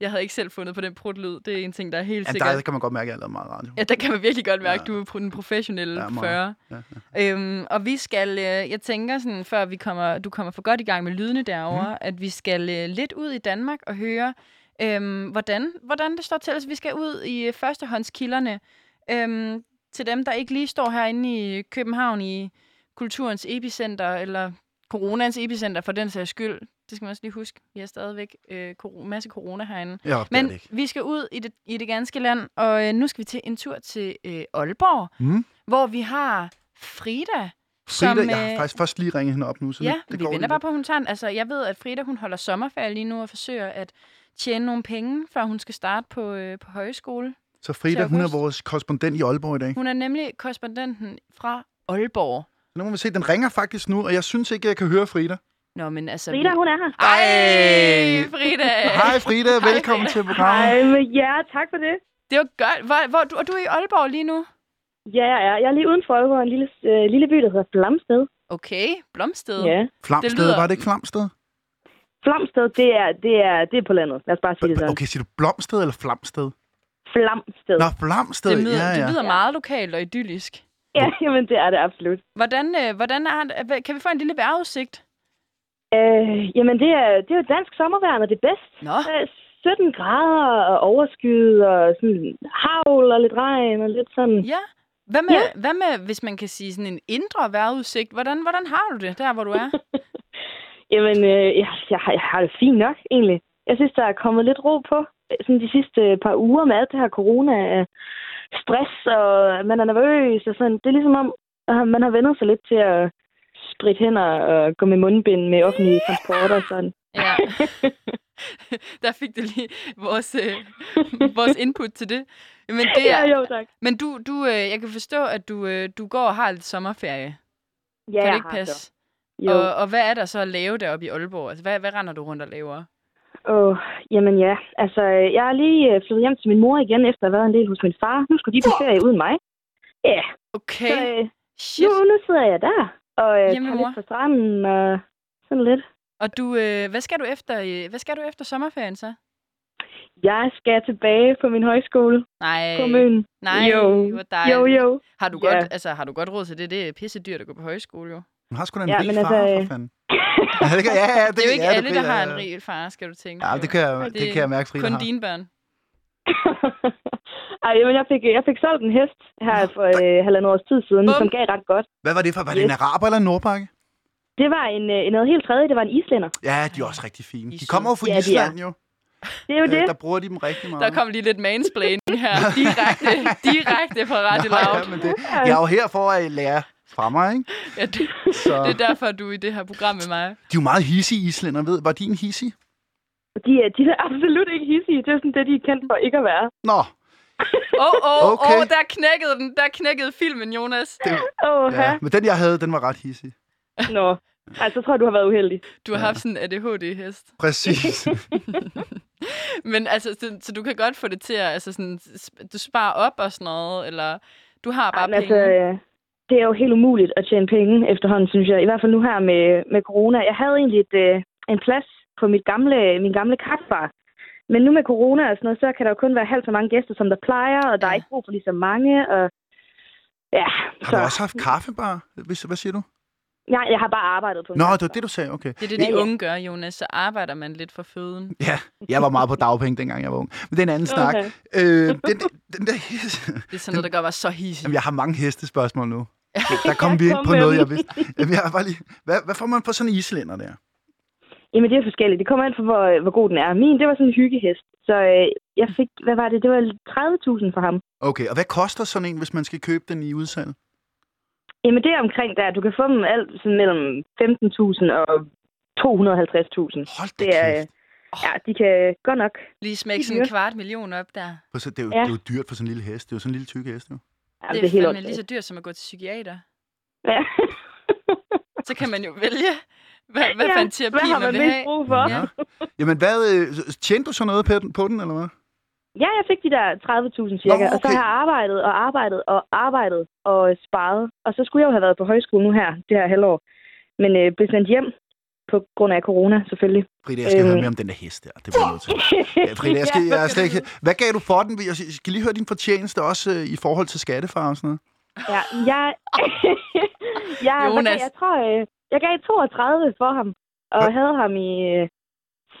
Speaker 2: Jeg havde ikke selv fundet på den prutlyd. Det er en ting, der er helt
Speaker 1: Ja,
Speaker 2: sikkert.
Speaker 1: der kan man godt mærke, at jeg lavede meget radio.
Speaker 2: Ja, der kan man virkelig godt mærke,
Speaker 1: Ja.
Speaker 2: at du er pro- den professionelle
Speaker 1: Ja,
Speaker 2: ja,
Speaker 1: meget.
Speaker 2: 40.
Speaker 1: Ja,
Speaker 2: Øhm, og vi skal, øh, jeg tænker sådan, før vi kommer, du kommer for godt i gang med lydene
Speaker 1: Mhm.
Speaker 2: derovre, mm. at vi skal øh, lidt ud i Danmark og høre, øhm, hvordan, hvordan det står til. Altså, vi skal ud i øh, førstehåndskilderne øhm, til dem, der ikke lige står herinde i København i kulturens epicenter, eller coronans epicenter for den sags skyld. Det skal man også lige huske. Vi har stadigvæk øh, kor- masse corona herinde.
Speaker 1: Jeg opdager
Speaker 2: Men
Speaker 1: det ikke.
Speaker 2: vi skal ud i det, i det ganske land, og øh, nu skal vi til en tur til øh, Aalborg,
Speaker 1: Mm.
Speaker 2: hvor vi har Frida.
Speaker 1: Frida,
Speaker 2: som,
Speaker 1: jeg har
Speaker 2: øh,
Speaker 1: faktisk først lige ringet hende op nu, så
Speaker 2: ja,
Speaker 1: det, det
Speaker 2: vi
Speaker 1: går
Speaker 2: venter
Speaker 1: lige
Speaker 2: bare på, at hun tager den. Altså, jeg ved, at Frida hun holder sommerferie lige nu og forsøger at tjene nogle penge, før hun skal starte på, øh, på højskole.
Speaker 1: lidt. Så Frida, hun er
Speaker 2: august.
Speaker 1: vores korrespondent i Aalborg i dag.
Speaker 2: Hun er nemlig korrespondenten fra Aalborg.
Speaker 1: Nu må vi se, den ringer faktisk nu, og jeg synes ikke, jeg kan høre Frida.
Speaker 2: Nå, men altså...
Speaker 3: Frida, hun er her.
Speaker 2: Ej, Frida!
Speaker 1: Hej Frida, velkommen
Speaker 2: Frida.
Speaker 1: til programmet.
Speaker 3: Ej, men ja, tak for det.
Speaker 2: Det var godt. Hvor, hvor, du, og du er i Aalborg lige nu?
Speaker 3: Ja, jeg er. Jeg er lige uden for Aalborg, en lille, øh, lille by, der hedder Flamsted.
Speaker 2: Okay, Blomsted.
Speaker 3: Ja.
Speaker 1: Flamsted,
Speaker 2: Det lyder-
Speaker 1: var det ikke Flamsted?
Speaker 3: Flamsted, det er, det, er, det er på landet. Lad os bare sige det sådan.
Speaker 1: Okay, siger du Blomsted eller Flamsted?
Speaker 3: Flamsted.
Speaker 1: Nå, Flamsted,
Speaker 2: Det, lyder,
Speaker 1: ja, ja.
Speaker 2: det lyder meget lokalt og idyllisk.
Speaker 3: Ja, jamen, det er det absolut.
Speaker 2: Hvordan, øh, hvordan er, det- hvad- kan vi få en lille vejrudsigt?
Speaker 3: Øh, jamen, det er, det er jo dansk sommervejr, når det er bedst.
Speaker 2: Nå,
Speaker 3: Der er 17 grader og overskyet og sådan havl og lidt regn og lidt sådan.
Speaker 2: ja. Hvad med, ja. hvad med, hvis man kan sige sådan en indre vejrudsigt? Hvordan, hvordan har du det, der hvor du er?
Speaker 3: Jamen, øh, jeg, jeg, har- jeg har det fint nok, egentlig. Jeg synes, der er kommet lidt ro på øh, sådan de sidste par uger med alt det her corona. øh, Stress, og man er nervøs og sådan. Det er ligesom om, øh, man har vendt sig lidt til at spritte hænder og gå med mundbind med offentlige transporter og sådan.
Speaker 2: Ja. der fik du lige vores, øh, vores input til det. Men, det er,
Speaker 3: Ja, jo, tak.
Speaker 2: men du, du, øh, jeg kan forstå, at du, øh, du går og har lidt sommerferie.
Speaker 3: Ja,
Speaker 2: kan
Speaker 3: jeg
Speaker 2: det ikke
Speaker 3: har så.
Speaker 2: passe?
Speaker 3: Jo.
Speaker 2: Og, og hvad er der så at lave deroppe i Aalborg? Altså, hvad, hvad render du rundt og laver?
Speaker 3: Åh, jamen ja. Altså, øh, jeg er lige øh, flyttet hjem til min mor igen, efter at have været en del hos min far. Nu skulle de på ferie uden mig. Ja, så
Speaker 2: Okay,
Speaker 3: øh,
Speaker 2: shit.
Speaker 3: nu, nu sidder jeg der og øh,
Speaker 2: Hjemme
Speaker 3: tager
Speaker 2: ved mor.
Speaker 3: lidt på stranden og sådan lidt.
Speaker 2: Og du, øh, hvad, skal du efter, øh, hvad skal du efter sommerferien så?
Speaker 3: Jeg skal tilbage på min højskole
Speaker 2: Nej,
Speaker 3: på Møn.
Speaker 2: nej,
Speaker 3: Jo.
Speaker 2: hvor
Speaker 3: Jo,
Speaker 2: dejligt.
Speaker 3: jo.
Speaker 2: Har du,
Speaker 3: Ja.
Speaker 2: godt, altså, har du godt råd til det? Det er pisse dyrt at gå på højskole, jo.
Speaker 1: Hun har sgu da en
Speaker 3: Ja,
Speaker 1: rig
Speaker 3: men
Speaker 1: far,
Speaker 3: altså,
Speaker 1: for
Speaker 3: øh,
Speaker 1: fanden. Ja, det, kan, ja, ja, det,
Speaker 2: Det er jo ikke
Speaker 1: ja,
Speaker 2: ja, alle,
Speaker 1: det,
Speaker 2: der
Speaker 1: Frida,
Speaker 2: har
Speaker 1: ja.
Speaker 2: en rig far, skal du tænke.
Speaker 1: Ja,
Speaker 2: på.
Speaker 1: det kan jeg,
Speaker 2: Og
Speaker 1: det kan jeg mærke, Frida
Speaker 2: Kun
Speaker 1: har.
Speaker 2: dine børn.
Speaker 3: Ej, men jeg fik, jeg fik solgt en hest her for øh, halvandet års tid siden,
Speaker 2: Bum.
Speaker 3: som gav ret godt.
Speaker 1: Hvad var det for? Var det en araber eller en nordbakke?
Speaker 3: Det var en, øh, noget helt tredje, det var en islænder.
Speaker 1: Ja, de er også rigtig fine.
Speaker 2: I
Speaker 1: De kommer jo fra
Speaker 3: syd. Ja, de er.
Speaker 1: Island, jo.
Speaker 3: Det er jo
Speaker 1: Øh,
Speaker 3: det.
Speaker 1: Der bruger de dem rigtig meget.
Speaker 2: Der kom lige lidt mansplaining her. Direkte, direkte fra Radio
Speaker 1: Nå,
Speaker 2: Loud.
Speaker 1: ja, men det, jeg er jo her for at lære fra mig, ikke?
Speaker 2: Ja, det,
Speaker 1: Så,
Speaker 2: det er derfor, du er i det her program med mig.
Speaker 1: de er jo meget hissige, islænder, ved Var de en hissig?
Speaker 3: De, er- øh, de er absolut ikke hissige. Det er sådan det, de er kendt for ikke at være.
Speaker 1: Nå,
Speaker 2: Åh, oh, åh,
Speaker 1: Okay.
Speaker 2: oh, okay. oh, der knækkede den. Der knækkede filmen, Jonas.
Speaker 1: det,
Speaker 3: Åh, oh,
Speaker 1: ja. men den, jeg havde, den var ret hissig.
Speaker 3: Nå. Ej, så tror jeg, du har været uheldig.
Speaker 2: Du har haft sådan en ADHD-hest.
Speaker 1: Præcis.
Speaker 2: Men altså, så, så du kan godt få det til at... Altså sådan, sp- du sparer op og sådan noget, eller... Du har bare
Speaker 3: Ej,
Speaker 2: Ej,
Speaker 3: men
Speaker 2: penge.
Speaker 3: altså, øh, det er jo helt umuligt at tjene penge efterhånden, synes jeg. I hvert fald nu her med, med corona. Jeg havde egentlig et, øh, en plads på mit gamle, min gamle kaffebar. Men nu med corona og sådan noget, så kan der jo kun være halvt så mange gæster, som der plejer, og der
Speaker 2: Ja.
Speaker 3: er ikke brug for lige så mange. Og... Ja,
Speaker 1: Har
Speaker 3: så...
Speaker 1: du også haft kaffebar? Hvis- Hvad siger du?
Speaker 3: Nej, jeg har bare arbejdet på en
Speaker 1: Nå, det var
Speaker 3: kaffebar.
Speaker 1: det, du sagde, okay.
Speaker 2: Det er det, de
Speaker 3: Ja.
Speaker 2: unge gør, Jonas. Så arbejder man lidt for føden.
Speaker 1: Ja, jeg var meget på dagpenge, dengang jeg var ung. Men det er en anden snak.
Speaker 3: Okay.
Speaker 1: Øh, den, den der hisse...
Speaker 2: Det er sådan noget, der godt var så hisigt.
Speaker 1: Jamen, jeg har mange hestespørgsmål nu. Der kom vi ikke
Speaker 3: kom
Speaker 1: på
Speaker 3: med
Speaker 1: noget,
Speaker 3: dem.
Speaker 1: jeg vidste. Jamen, jeg har bare lige... Hvad, hvad får man for sådan en islænder der?
Speaker 3: Jamen, det er forskelligt. Det kommer an på, hvor, hvor god den er. Min, det var sådan en hyggehest. Så øh, jeg fik, hvad var det? Det var 30.000 for ham.
Speaker 1: Okay, og hvad koster sådan en, hvis man skal købe den i udsalg?
Speaker 3: Jamen, det er omkring der. Du kan få dem alt sådan mellem 15.000 og 250.000.
Speaker 1: Hold da
Speaker 3: Det er,
Speaker 1: kæft.
Speaker 3: ja, de kan godt nok.
Speaker 2: Lige smække
Speaker 3: Det er
Speaker 2: sådan en
Speaker 3: dyrt.
Speaker 2: kvart million op der.
Speaker 1: Prøv at se, Det er, jo,
Speaker 3: ja.
Speaker 1: det er jo dyrt for sådan en lille hest. Det er jo sådan en lille tyk hest, jo.
Speaker 3: Jamen,
Speaker 2: Det er, det er fandme
Speaker 3: åndssvagt.
Speaker 2: lige så dyrt, som at gå til psykiater.
Speaker 3: Ja.
Speaker 2: Så kan man jo vælge, hvad, hvad
Speaker 3: Ja,
Speaker 2: ja, fanden terapi
Speaker 3: Hvad har
Speaker 2: man,
Speaker 3: man
Speaker 2: vil
Speaker 3: mest
Speaker 2: have.
Speaker 3: brug for?
Speaker 1: Ja. Jamen, hvad, øh, tjente du så noget på den, på den eller hvad?
Speaker 3: Ja, jeg fik de der 30.000 cirka,
Speaker 1: Nå,
Speaker 3: og så
Speaker 1: okay.
Speaker 3: har jeg arbejdet og arbejdet og arbejdet og sparet. Og så skulle jeg jo have været på højskole nu her, det her halvår. Men øh, blev sendt hjem på grund af corona, selvfølgelig.
Speaker 1: Frida, jeg skal
Speaker 3: Øhm.
Speaker 1: høre mere om den der hest der. Det bliver jeg nødt til. Ja, Frida, jeg skal, jeg er slet ikke... Hvad gav du for den? Jeg skal lige høre din fortjeneste også øh, i forhold til skattefar og sådan noget.
Speaker 3: Ja, jeg, jeg, hvad
Speaker 2: Jonas.
Speaker 3: gav, jeg tror, øh, jeg gav 32 for ham, og
Speaker 1: Hvad?
Speaker 3: havde ham i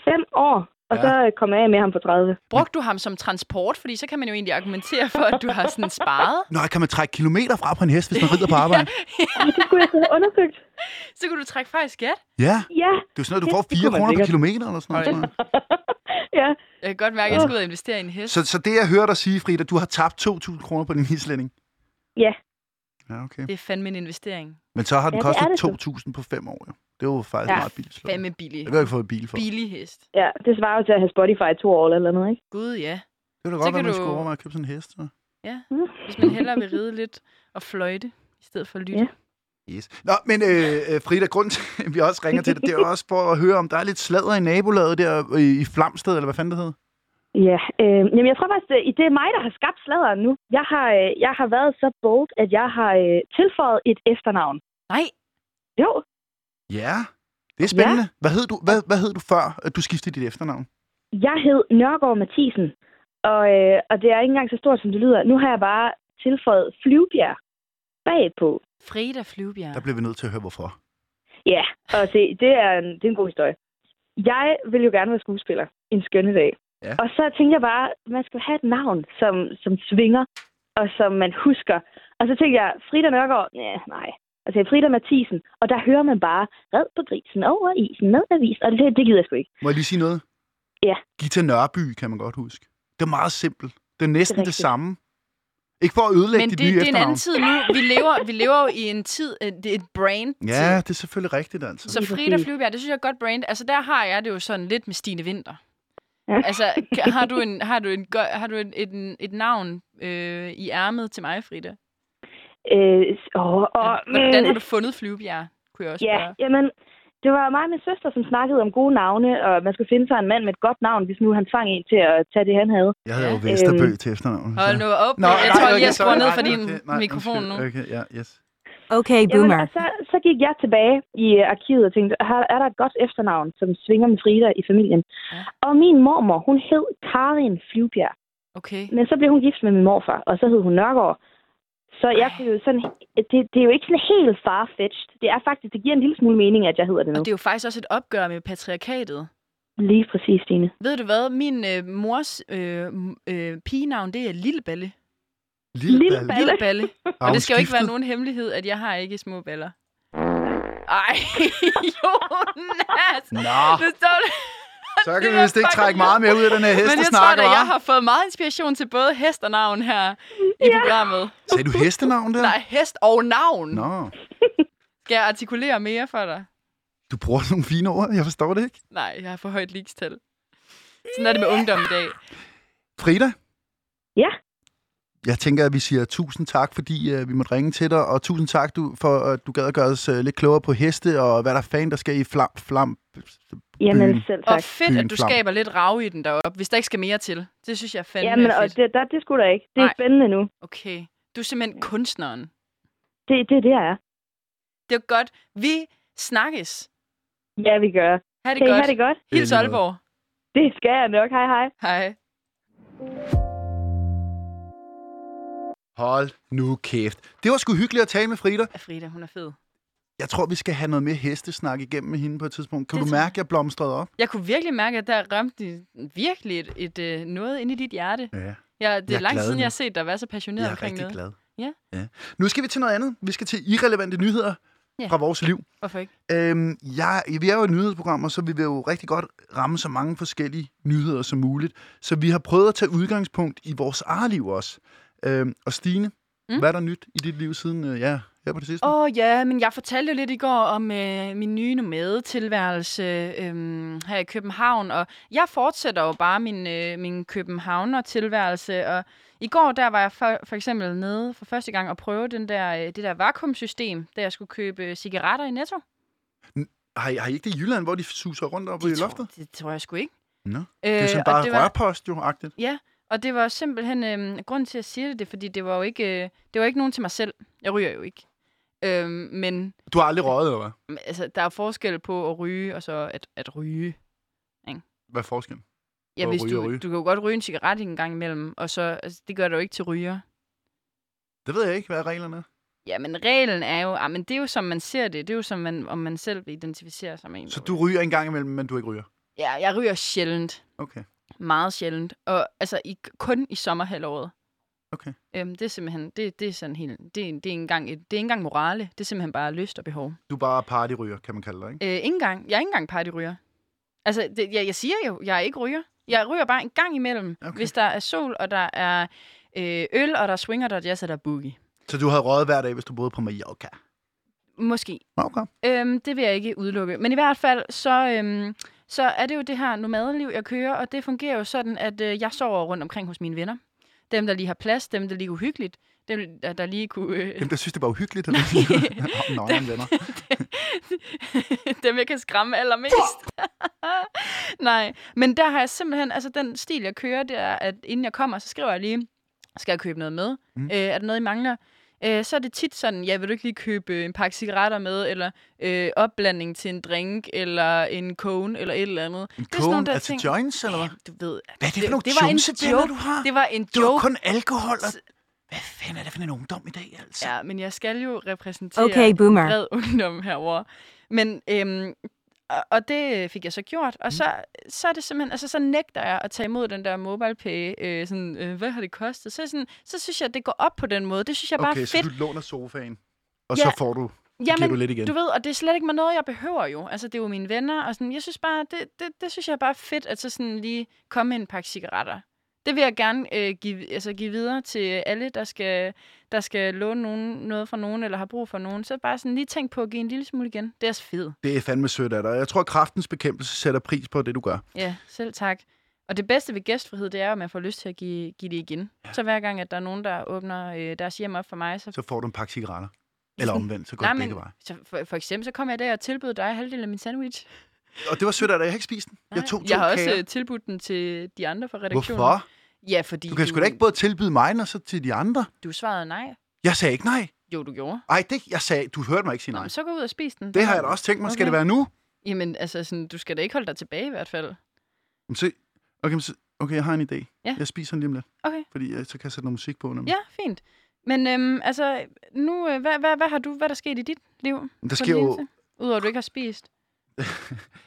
Speaker 3: 5 år, og
Speaker 1: Ja.
Speaker 3: ja. så øh, kom jeg af med ham på 30.
Speaker 2: Brugte du ham som transport? Fordi så kan man jo egentlig argumentere for, at du har sådan sparet.
Speaker 1: Nå, kan man trække kilometer fra på en hest, hvis man rider på arbejde?
Speaker 3: Men det skulle jeg så have undersøgt.
Speaker 2: Så kunne du trække fra i skat.
Speaker 1: Ja,
Speaker 3: Ja,
Speaker 1: det er jo sådan noget, du får 4
Speaker 3: Det kunne man
Speaker 1: kroner per
Speaker 3: sikkert.
Speaker 1: kilometer eller sådan noget. tror jeg.
Speaker 3: ja.
Speaker 2: Jeg kan godt mærke, at jeg skal ud og investere i en hest.
Speaker 1: Så, så det, jeg hører dig sige, Frida, du har tabt 2.000 kroner på din islænding?
Speaker 3: Ja.
Speaker 1: Ja, okay.
Speaker 2: Det er fandme en investering.
Speaker 1: Men så har den
Speaker 3: Ja, det
Speaker 1: kostet
Speaker 3: er det så.
Speaker 1: 2.000 på 5 år, jo. Det er jo faktisk
Speaker 3: Ja,
Speaker 1: meget billigt. slået.
Speaker 2: Fandme
Speaker 1: Det
Speaker 2: billig.
Speaker 1: kan jeg ikke få en bil for. Det
Speaker 2: Billig hest.
Speaker 3: Ja, det svarer jo til at have Spotify i to år eller noget, ikke?
Speaker 2: Gud ja.
Speaker 1: kunne da godt
Speaker 2: Så
Speaker 1: være,
Speaker 2: kan
Speaker 1: man
Speaker 2: du-
Speaker 1: skulle overveje at købe sådan en hest. Så.
Speaker 2: Hvis man hellere vil ride lidt og fløjte, i stedet for at lytte.
Speaker 3: Ja.
Speaker 1: Yes. Nå, men øh, øh, Frida, grunden til, at vi også ringer til dig, det er også for at høre, om der er lidt sladder i nabolaget der øh, i, i Flamsted, eller hvad fanden det hed?
Speaker 3: Ja, øh, jamen jeg tror faktisk, at det er mig, der har skabt sladeren nu. Jeg har, øh, jeg har været så bold, at jeg har øh, tilføjet et efternavn.
Speaker 2: Nej,
Speaker 3: Jo,
Speaker 1: Ja, det er spændende. Ja. Hvad, hed du, hvad, hvad hed du før, at du skiftede dit efternavn?
Speaker 3: jeg hed Nørgaard Mathisen, og, øh, og det er ikke engang så stort, som det lyder. Nu har jeg bare tilføjet Flyvbjerg bagpå.
Speaker 2: Freda Flyvbjerg.
Speaker 1: Der blev vi nødt til at høre, hvorfor.
Speaker 3: Ja, og se, det er, en, det er en god historie. Jeg vil jo gerne være skuespiller en skønne dag.
Speaker 1: Ja.
Speaker 3: Og så tænkte jeg bare, man skal have et navn, som, som svinger, og som man husker. Og så tænkte jeg, Frida Nørgaard, ja, nej. Og så Frida Mathisen, og der hører man bare, red på grisen, over isen, med avis, og det, det gider jeg sgu ikke.
Speaker 1: Må jeg lige sige noget?
Speaker 3: Ja.
Speaker 1: Gita Nørby kan man godt huske. Det er meget simpelt. Det er næsten det, det
Speaker 3: rigtigt.
Speaker 1: samme. Ikke for at ødelægge
Speaker 2: Men det,
Speaker 1: dit
Speaker 2: det
Speaker 1: nye
Speaker 2: er en
Speaker 1: efternavn.
Speaker 2: anden tid nu. Vi lever, vi lever jo i en tid, øh, det er et brand
Speaker 1: Ja, det er selvfølgelig rigtigt, altså.
Speaker 2: Så
Speaker 3: Lige
Speaker 2: Frida
Speaker 3: præcis.
Speaker 2: Flyvbjerg, det synes jeg er et godt brand. Altså, der har jeg det jo sådan lidt med Stine Vinter.
Speaker 3: Ja.
Speaker 2: Altså, kan- har du, en, har du, en, gø- har du et, et, et navn øh, i ærmet til mig, Frida?
Speaker 3: Øh, og, og,
Speaker 2: Hvordan har du fundet Flyvbjerg, kunne jeg også
Speaker 3: Ja,
Speaker 2: spørge.
Speaker 3: jamen, det var mig og min søster, som snakkede om gode navne, og man skulle finde sig en mand med et godt navn, hvis nu han tvang en til at tage det, han havde.
Speaker 1: Jeg havde jo
Speaker 2: Ja.
Speaker 1: Vesterbø
Speaker 3: Øhm.
Speaker 1: til efternavn.
Speaker 2: Hold
Speaker 1: så-
Speaker 2: nu op.
Speaker 1: Nå,
Speaker 2: jeg
Speaker 1: nej,
Speaker 2: tror lige,
Speaker 1: okay,
Speaker 2: jeg skruer
Speaker 1: sorry,
Speaker 2: ned
Speaker 1: nej,
Speaker 2: for din
Speaker 1: okay, nej,
Speaker 2: mikrofon nu.
Speaker 1: undskyld, Okay, ja, yes.
Speaker 4: Okay,
Speaker 3: Jamen,
Speaker 4: boomer.
Speaker 3: og så, så gik jeg tilbage i øh, arkivet og tænkte, her er der et godt efternavn, som svinger med Frida i familien.
Speaker 2: Ja.
Speaker 3: Ja. Og min mormor, hun hed Karin Flyvbjerg,
Speaker 2: Okay.
Speaker 3: men så blev hun gift med min morfar, og så hed hun Nørgaard. Så jeg
Speaker 2: Ej.
Speaker 3: kunne jo sådan, det, det er jo ikke sådan helt farfetched. Det er faktisk, det giver en lille smule mening, at jeg hedder det nu.
Speaker 2: Og det er jo faktisk også et opgør med patriarkatet.
Speaker 3: Lige præcis, Stine.
Speaker 2: Ved du hvad? Min øh, mors øh, m- øh, pigenavn, det er Lilleballe.
Speaker 3: Lille Balle.
Speaker 2: Lilleballe.
Speaker 1: Har
Speaker 2: Og
Speaker 1: hun
Speaker 2: det skal jo ikke være
Speaker 1: skiftet?
Speaker 2: nogen hemmelighed, at jeg har ikke små baller. Ej, Jonas!
Speaker 1: Nå,
Speaker 2: Nu står det.
Speaker 1: så kan
Speaker 2: det
Speaker 1: vi
Speaker 2: er
Speaker 1: vist ikke
Speaker 2: fucking-
Speaker 1: trække meget mere ud af den her
Speaker 2: Men jeg
Speaker 1: hestesnak,
Speaker 2: tror da, jeg
Speaker 1: hva'?
Speaker 2: har fået meget inspiration til både hest og navn her i programmet.
Speaker 1: Sagde du hestenavn der?
Speaker 2: Nej, hest og navn.
Speaker 1: Nå,
Speaker 2: Skal jeg artikulere mere for dig?
Speaker 1: du bruger nogle fine ord. Jeg forstår det ikke.
Speaker 2: Nej, jeg har for højt ligestal. Sådan er det med ungdom i dag.
Speaker 1: Frida?
Speaker 3: Ja.
Speaker 1: Jeg tænker, at vi siger tusind tak, fordi uh, vi måtte ringe til dig, og tusind tak du, for, at du gad at gøre os uh, lidt klogere på heste, og hvad der fanden der sker i flam, flam.
Speaker 3: Jamen,
Speaker 1: Byen.
Speaker 3: selv tak.
Speaker 2: Og fedt,
Speaker 1: Byen
Speaker 2: at du
Speaker 1: Flam.
Speaker 2: skaber lidt rave i den deroppe, hvis der ikke skal mere til. Det synes jeg er fandme
Speaker 3: Jamen, og
Speaker 2: fedt.
Speaker 3: det, der, det skulle der ikke. Det er
Speaker 2: Nej.
Speaker 3: spændende nu.
Speaker 2: Okay, du er simpelthen kunstneren.
Speaker 3: Det, det er det, jeg er.
Speaker 2: Det er godt. Vi snakkes.
Speaker 3: Ja, vi gør.
Speaker 2: Ha' det
Speaker 3: Kan I
Speaker 2: godt.
Speaker 3: have det godt?
Speaker 2: Hils
Speaker 1: I lige måde.
Speaker 2: Aalborg.
Speaker 3: Det skal jeg nok. Hej hej.
Speaker 2: Hej.
Speaker 1: Hold nu kæft. Det var sgu hyggeligt at tale med Frida.
Speaker 2: Ja, Frida, hun er fed.
Speaker 1: Jeg tror, vi skal have noget mere hestesnak igennem med hende på et tidspunkt. Kan
Speaker 2: Det
Speaker 1: du
Speaker 2: tror
Speaker 1: mærke, at jeg blomstrede op?
Speaker 2: Jeg kunne virkelig mærke, at der ramte de virkelig et, et øh, noget inde i dit hjerte.
Speaker 1: Ja.
Speaker 2: Jeg, det
Speaker 1: Jeg
Speaker 2: er
Speaker 1: er glad
Speaker 2: lang tid siden,
Speaker 1: nu.
Speaker 2: jeg har set dig være så passioneret
Speaker 1: Jeg er
Speaker 2: omkring
Speaker 1: rigtig
Speaker 2: noget.
Speaker 1: glad.
Speaker 2: Ja.
Speaker 1: ja. Nu skal vi til noget andet. Vi skal til irrelevante nyheder
Speaker 2: Ja.
Speaker 1: fra vores liv.
Speaker 2: Hvorfor ikke?
Speaker 1: Øhm, jeg, vi er jo et nyhedsprogram, og så vi vil jo rigtig godt ramme så mange forskellige nyheder som muligt. Så vi har prøvet at tage udgangspunkt i vores eget liv også. Øhm, og Stine, mm?
Speaker 2: Mm.
Speaker 1: hvad er der nyt i dit liv siden øh, ja, her på det sidste?
Speaker 2: Åh oh, ja, men jeg fortalte jo lidt i går om øh, min nye nomadetilværelse øh, her i København, og jeg fortsætter jo bare min, øh, min københavner-tilværelse, og i går der var jeg for, for eksempel nede for første øh, gang og prøve den der, øh, det der vakuumsystem, da jeg skulle købe cigaretter i Netto.
Speaker 1: Har I, har I ikke det i Jylland, hvor de suser rundt oppe i
Speaker 2: det,
Speaker 1: loftet?
Speaker 2: tror, det tror jeg sgu ikke.
Speaker 1: Nå.
Speaker 2: Øh,
Speaker 1: Det er sådan
Speaker 2: og
Speaker 1: bare
Speaker 2: det var,
Speaker 1: rørpost, jo-agtigt.
Speaker 2: og det var simpelthen... Øh, grunden til, at jeg siger det, det er, fordi det var jo ikke, øh, det var ikke nogen til mig selv. Jeg ryger jo ikke. Øh, men
Speaker 1: Du har aldrig røget, eller hvad?
Speaker 2: men, altså, der er forskel på at ryge, og så at, at ryge.
Speaker 1: Hvad er forskellen?
Speaker 2: Ja,
Speaker 1: Og
Speaker 2: hvis
Speaker 1: ryge
Speaker 2: du,
Speaker 1: og ryge.
Speaker 2: du kan jo godt ryge en cigaret en gang imellem, og så, altså, det gør det jo ikke til ryger.
Speaker 1: Det ved jeg ikke, hvad reglerne er.
Speaker 2: Ja, men reglen er jo, ah, men det er jo som man ser det, det er jo som man, om man selv vil identificere sig med en.
Speaker 1: Så
Speaker 2: der
Speaker 1: du
Speaker 2: ryger.
Speaker 1: ryger en gang imellem, men du ikke ryger?
Speaker 2: Ja, jeg ryger sjældent,
Speaker 1: Okay.
Speaker 2: meget sjældent, og altså i, kun i sommerhalvåret.
Speaker 1: Okay.
Speaker 2: Øhm, det er simpelthen, det, det er sådan helt, det, er- det, er engang, et, det er ikke engang morale, det er simpelthen bare lyst og behov.
Speaker 1: Du er bare partyryger, kan man kalde dig, ikke?
Speaker 2: Øh, ikke engang, jeg er ikke engang partyryger. Altså, det, jeg, jeg siger jo, jeg er ikke ryger. Jeg ryger bare en gang imellem,
Speaker 1: Okay.
Speaker 2: okay. hvis der er sol, og der er øh, øl, og der er swinger, og der er jazz, og der er boogie.
Speaker 1: Så du havde røget hver dag, hvis du boede på Mallorca?
Speaker 2: Måske.
Speaker 1: Okay.
Speaker 2: Øhm, det vil jeg ikke udelukke. Men i hvert fald, så, øhm, så er det jo det her nomadeliv, jeg kører, og det fungerer jo sådan, at øh, jeg sover rundt omkring hos mine venner. Dem, der lige har plads, dem, der lige er uhyggeligt, dem, der, der lige kunne... Øh,
Speaker 1: Jamen, jeg synes, det var uhyggeligt. Eller? oh, Nå, han venner.
Speaker 2: dem, jeg kan skræmme allermest. Nej, men der har jeg simpelthen... Altså, den stil, jeg kører, det er, at inden jeg kommer, så skriver jeg lige, skal jeg købe noget med?
Speaker 1: Mm.
Speaker 2: Mm. Øh, er der noget, I mangler? Øh, så er det tit sådan, ja, vil du ikke lige købe øh, en pakke cigaretter med, eller øh, opblanding til en drink, eller en cone, eller et eller andet.
Speaker 1: En
Speaker 2: sådan nogle
Speaker 1: kone
Speaker 2: der
Speaker 1: er til
Speaker 2: ting.
Speaker 1: joints, eller hvad?
Speaker 2: Jamen, Du ved,
Speaker 1: Hvad er det for nogle
Speaker 2: det var en
Speaker 1: tjumsevenner,
Speaker 2: joke.
Speaker 1: du har?
Speaker 2: Det var en
Speaker 1: Det var
Speaker 2: joke.
Speaker 1: kun alkohol og... Hvad fanden er det for en ungdom i dag, altså?
Speaker 2: Ja, men jeg skal jo repræsentere
Speaker 4: Okay, boomer.
Speaker 2: bred ungdom herover. Men, øhm, og, og det fik jeg så gjort,
Speaker 1: Mm.
Speaker 2: og så, så er det simpelthen, altså så nægter jeg at tage imod den der MobilePay, øh, sådan, øh, hvad har det kostet? Så, er det sådan, så synes jeg, at det går op på den måde. Det synes jeg bare
Speaker 1: okay,
Speaker 2: er
Speaker 1: så
Speaker 2: fedt.
Speaker 1: du låner sofaen, og
Speaker 2: Ja,
Speaker 1: så får du, ja, giver
Speaker 2: Jamen,
Speaker 1: du lidt igen.
Speaker 2: Du ved, og det er slet ikke mig noget, jeg behøver jo. Altså, det er jo mine venner, og sådan, jeg synes bare, det, det, det synes jeg bare er fedt, at så sådan lige komme med en pakke cigaretter. Det vil jeg gerne øh, give, altså, give videre til alle, der skal, der skal låne nogen, noget fra nogen, eller har brug for nogen. Så bare sådan lige tænk på at give en lille smule igen. Det er også fedt.
Speaker 1: Det er fandme sødt af dig. Jeg tror, at kraftens bekæmpelse sætter pris på det, du gør.
Speaker 2: Ja, selv tak. Og det bedste ved gæstfrihed, det er jo, at man får lyst til at give, give det igen. Ja. Så hver gang, at der er nogen, der åbner øh, deres hjem op for mig, så
Speaker 1: Så får du en pakke cigaretter. Eller omvendt, så går
Speaker 2: Nej,
Speaker 1: det
Speaker 2: men-
Speaker 1: begge veje.
Speaker 2: Så for, for eksempel, så kom jeg der og tilbød dig halvdelen af min sandwich.
Speaker 1: Og det var sødt af dig. Jeg har ikke spist den. Jeg
Speaker 2: Nej,
Speaker 1: tog to
Speaker 2: jeg har
Speaker 1: kager.
Speaker 2: også øh, tilbudt den til de andre fra redaktionen.
Speaker 1: Hvorfor?
Speaker 2: Ja, fordi
Speaker 1: Du kan sgu da ikke både tilbyde mig, og så til de andre.
Speaker 2: du svarede nej.
Speaker 1: Jeg sagde ikke nej.
Speaker 2: Jo, du gjorde.
Speaker 1: Ej, det, jeg sagde, du hørte mig ikke sige
Speaker 2: Nej.
Speaker 1: nej.
Speaker 2: Nå, så gå ud og spis den.
Speaker 1: Det har jeg da også tænkt mig. Skal
Speaker 2: Okay.
Speaker 1: det være nu?
Speaker 2: Jamen, altså, sådan, du skal da ikke holde dig tilbage i hvert fald.
Speaker 1: Mm. Jamen, se. Okay, men se. okay, jeg har en idé.
Speaker 2: Ja.
Speaker 1: Jeg spiser den lige om lidt.
Speaker 2: Okay.
Speaker 1: Fordi jeg, så kan jeg sætte noget musik på. Nemlig.
Speaker 2: Ja, fint. Men øhm, altså, nu, øh, hvad, hvad, hvad har du, hvad er der sket i dit liv?
Speaker 1: Men
Speaker 2: på
Speaker 1: der sker
Speaker 2: den
Speaker 1: jo,
Speaker 2: seneste? Udover at du ikke har spist.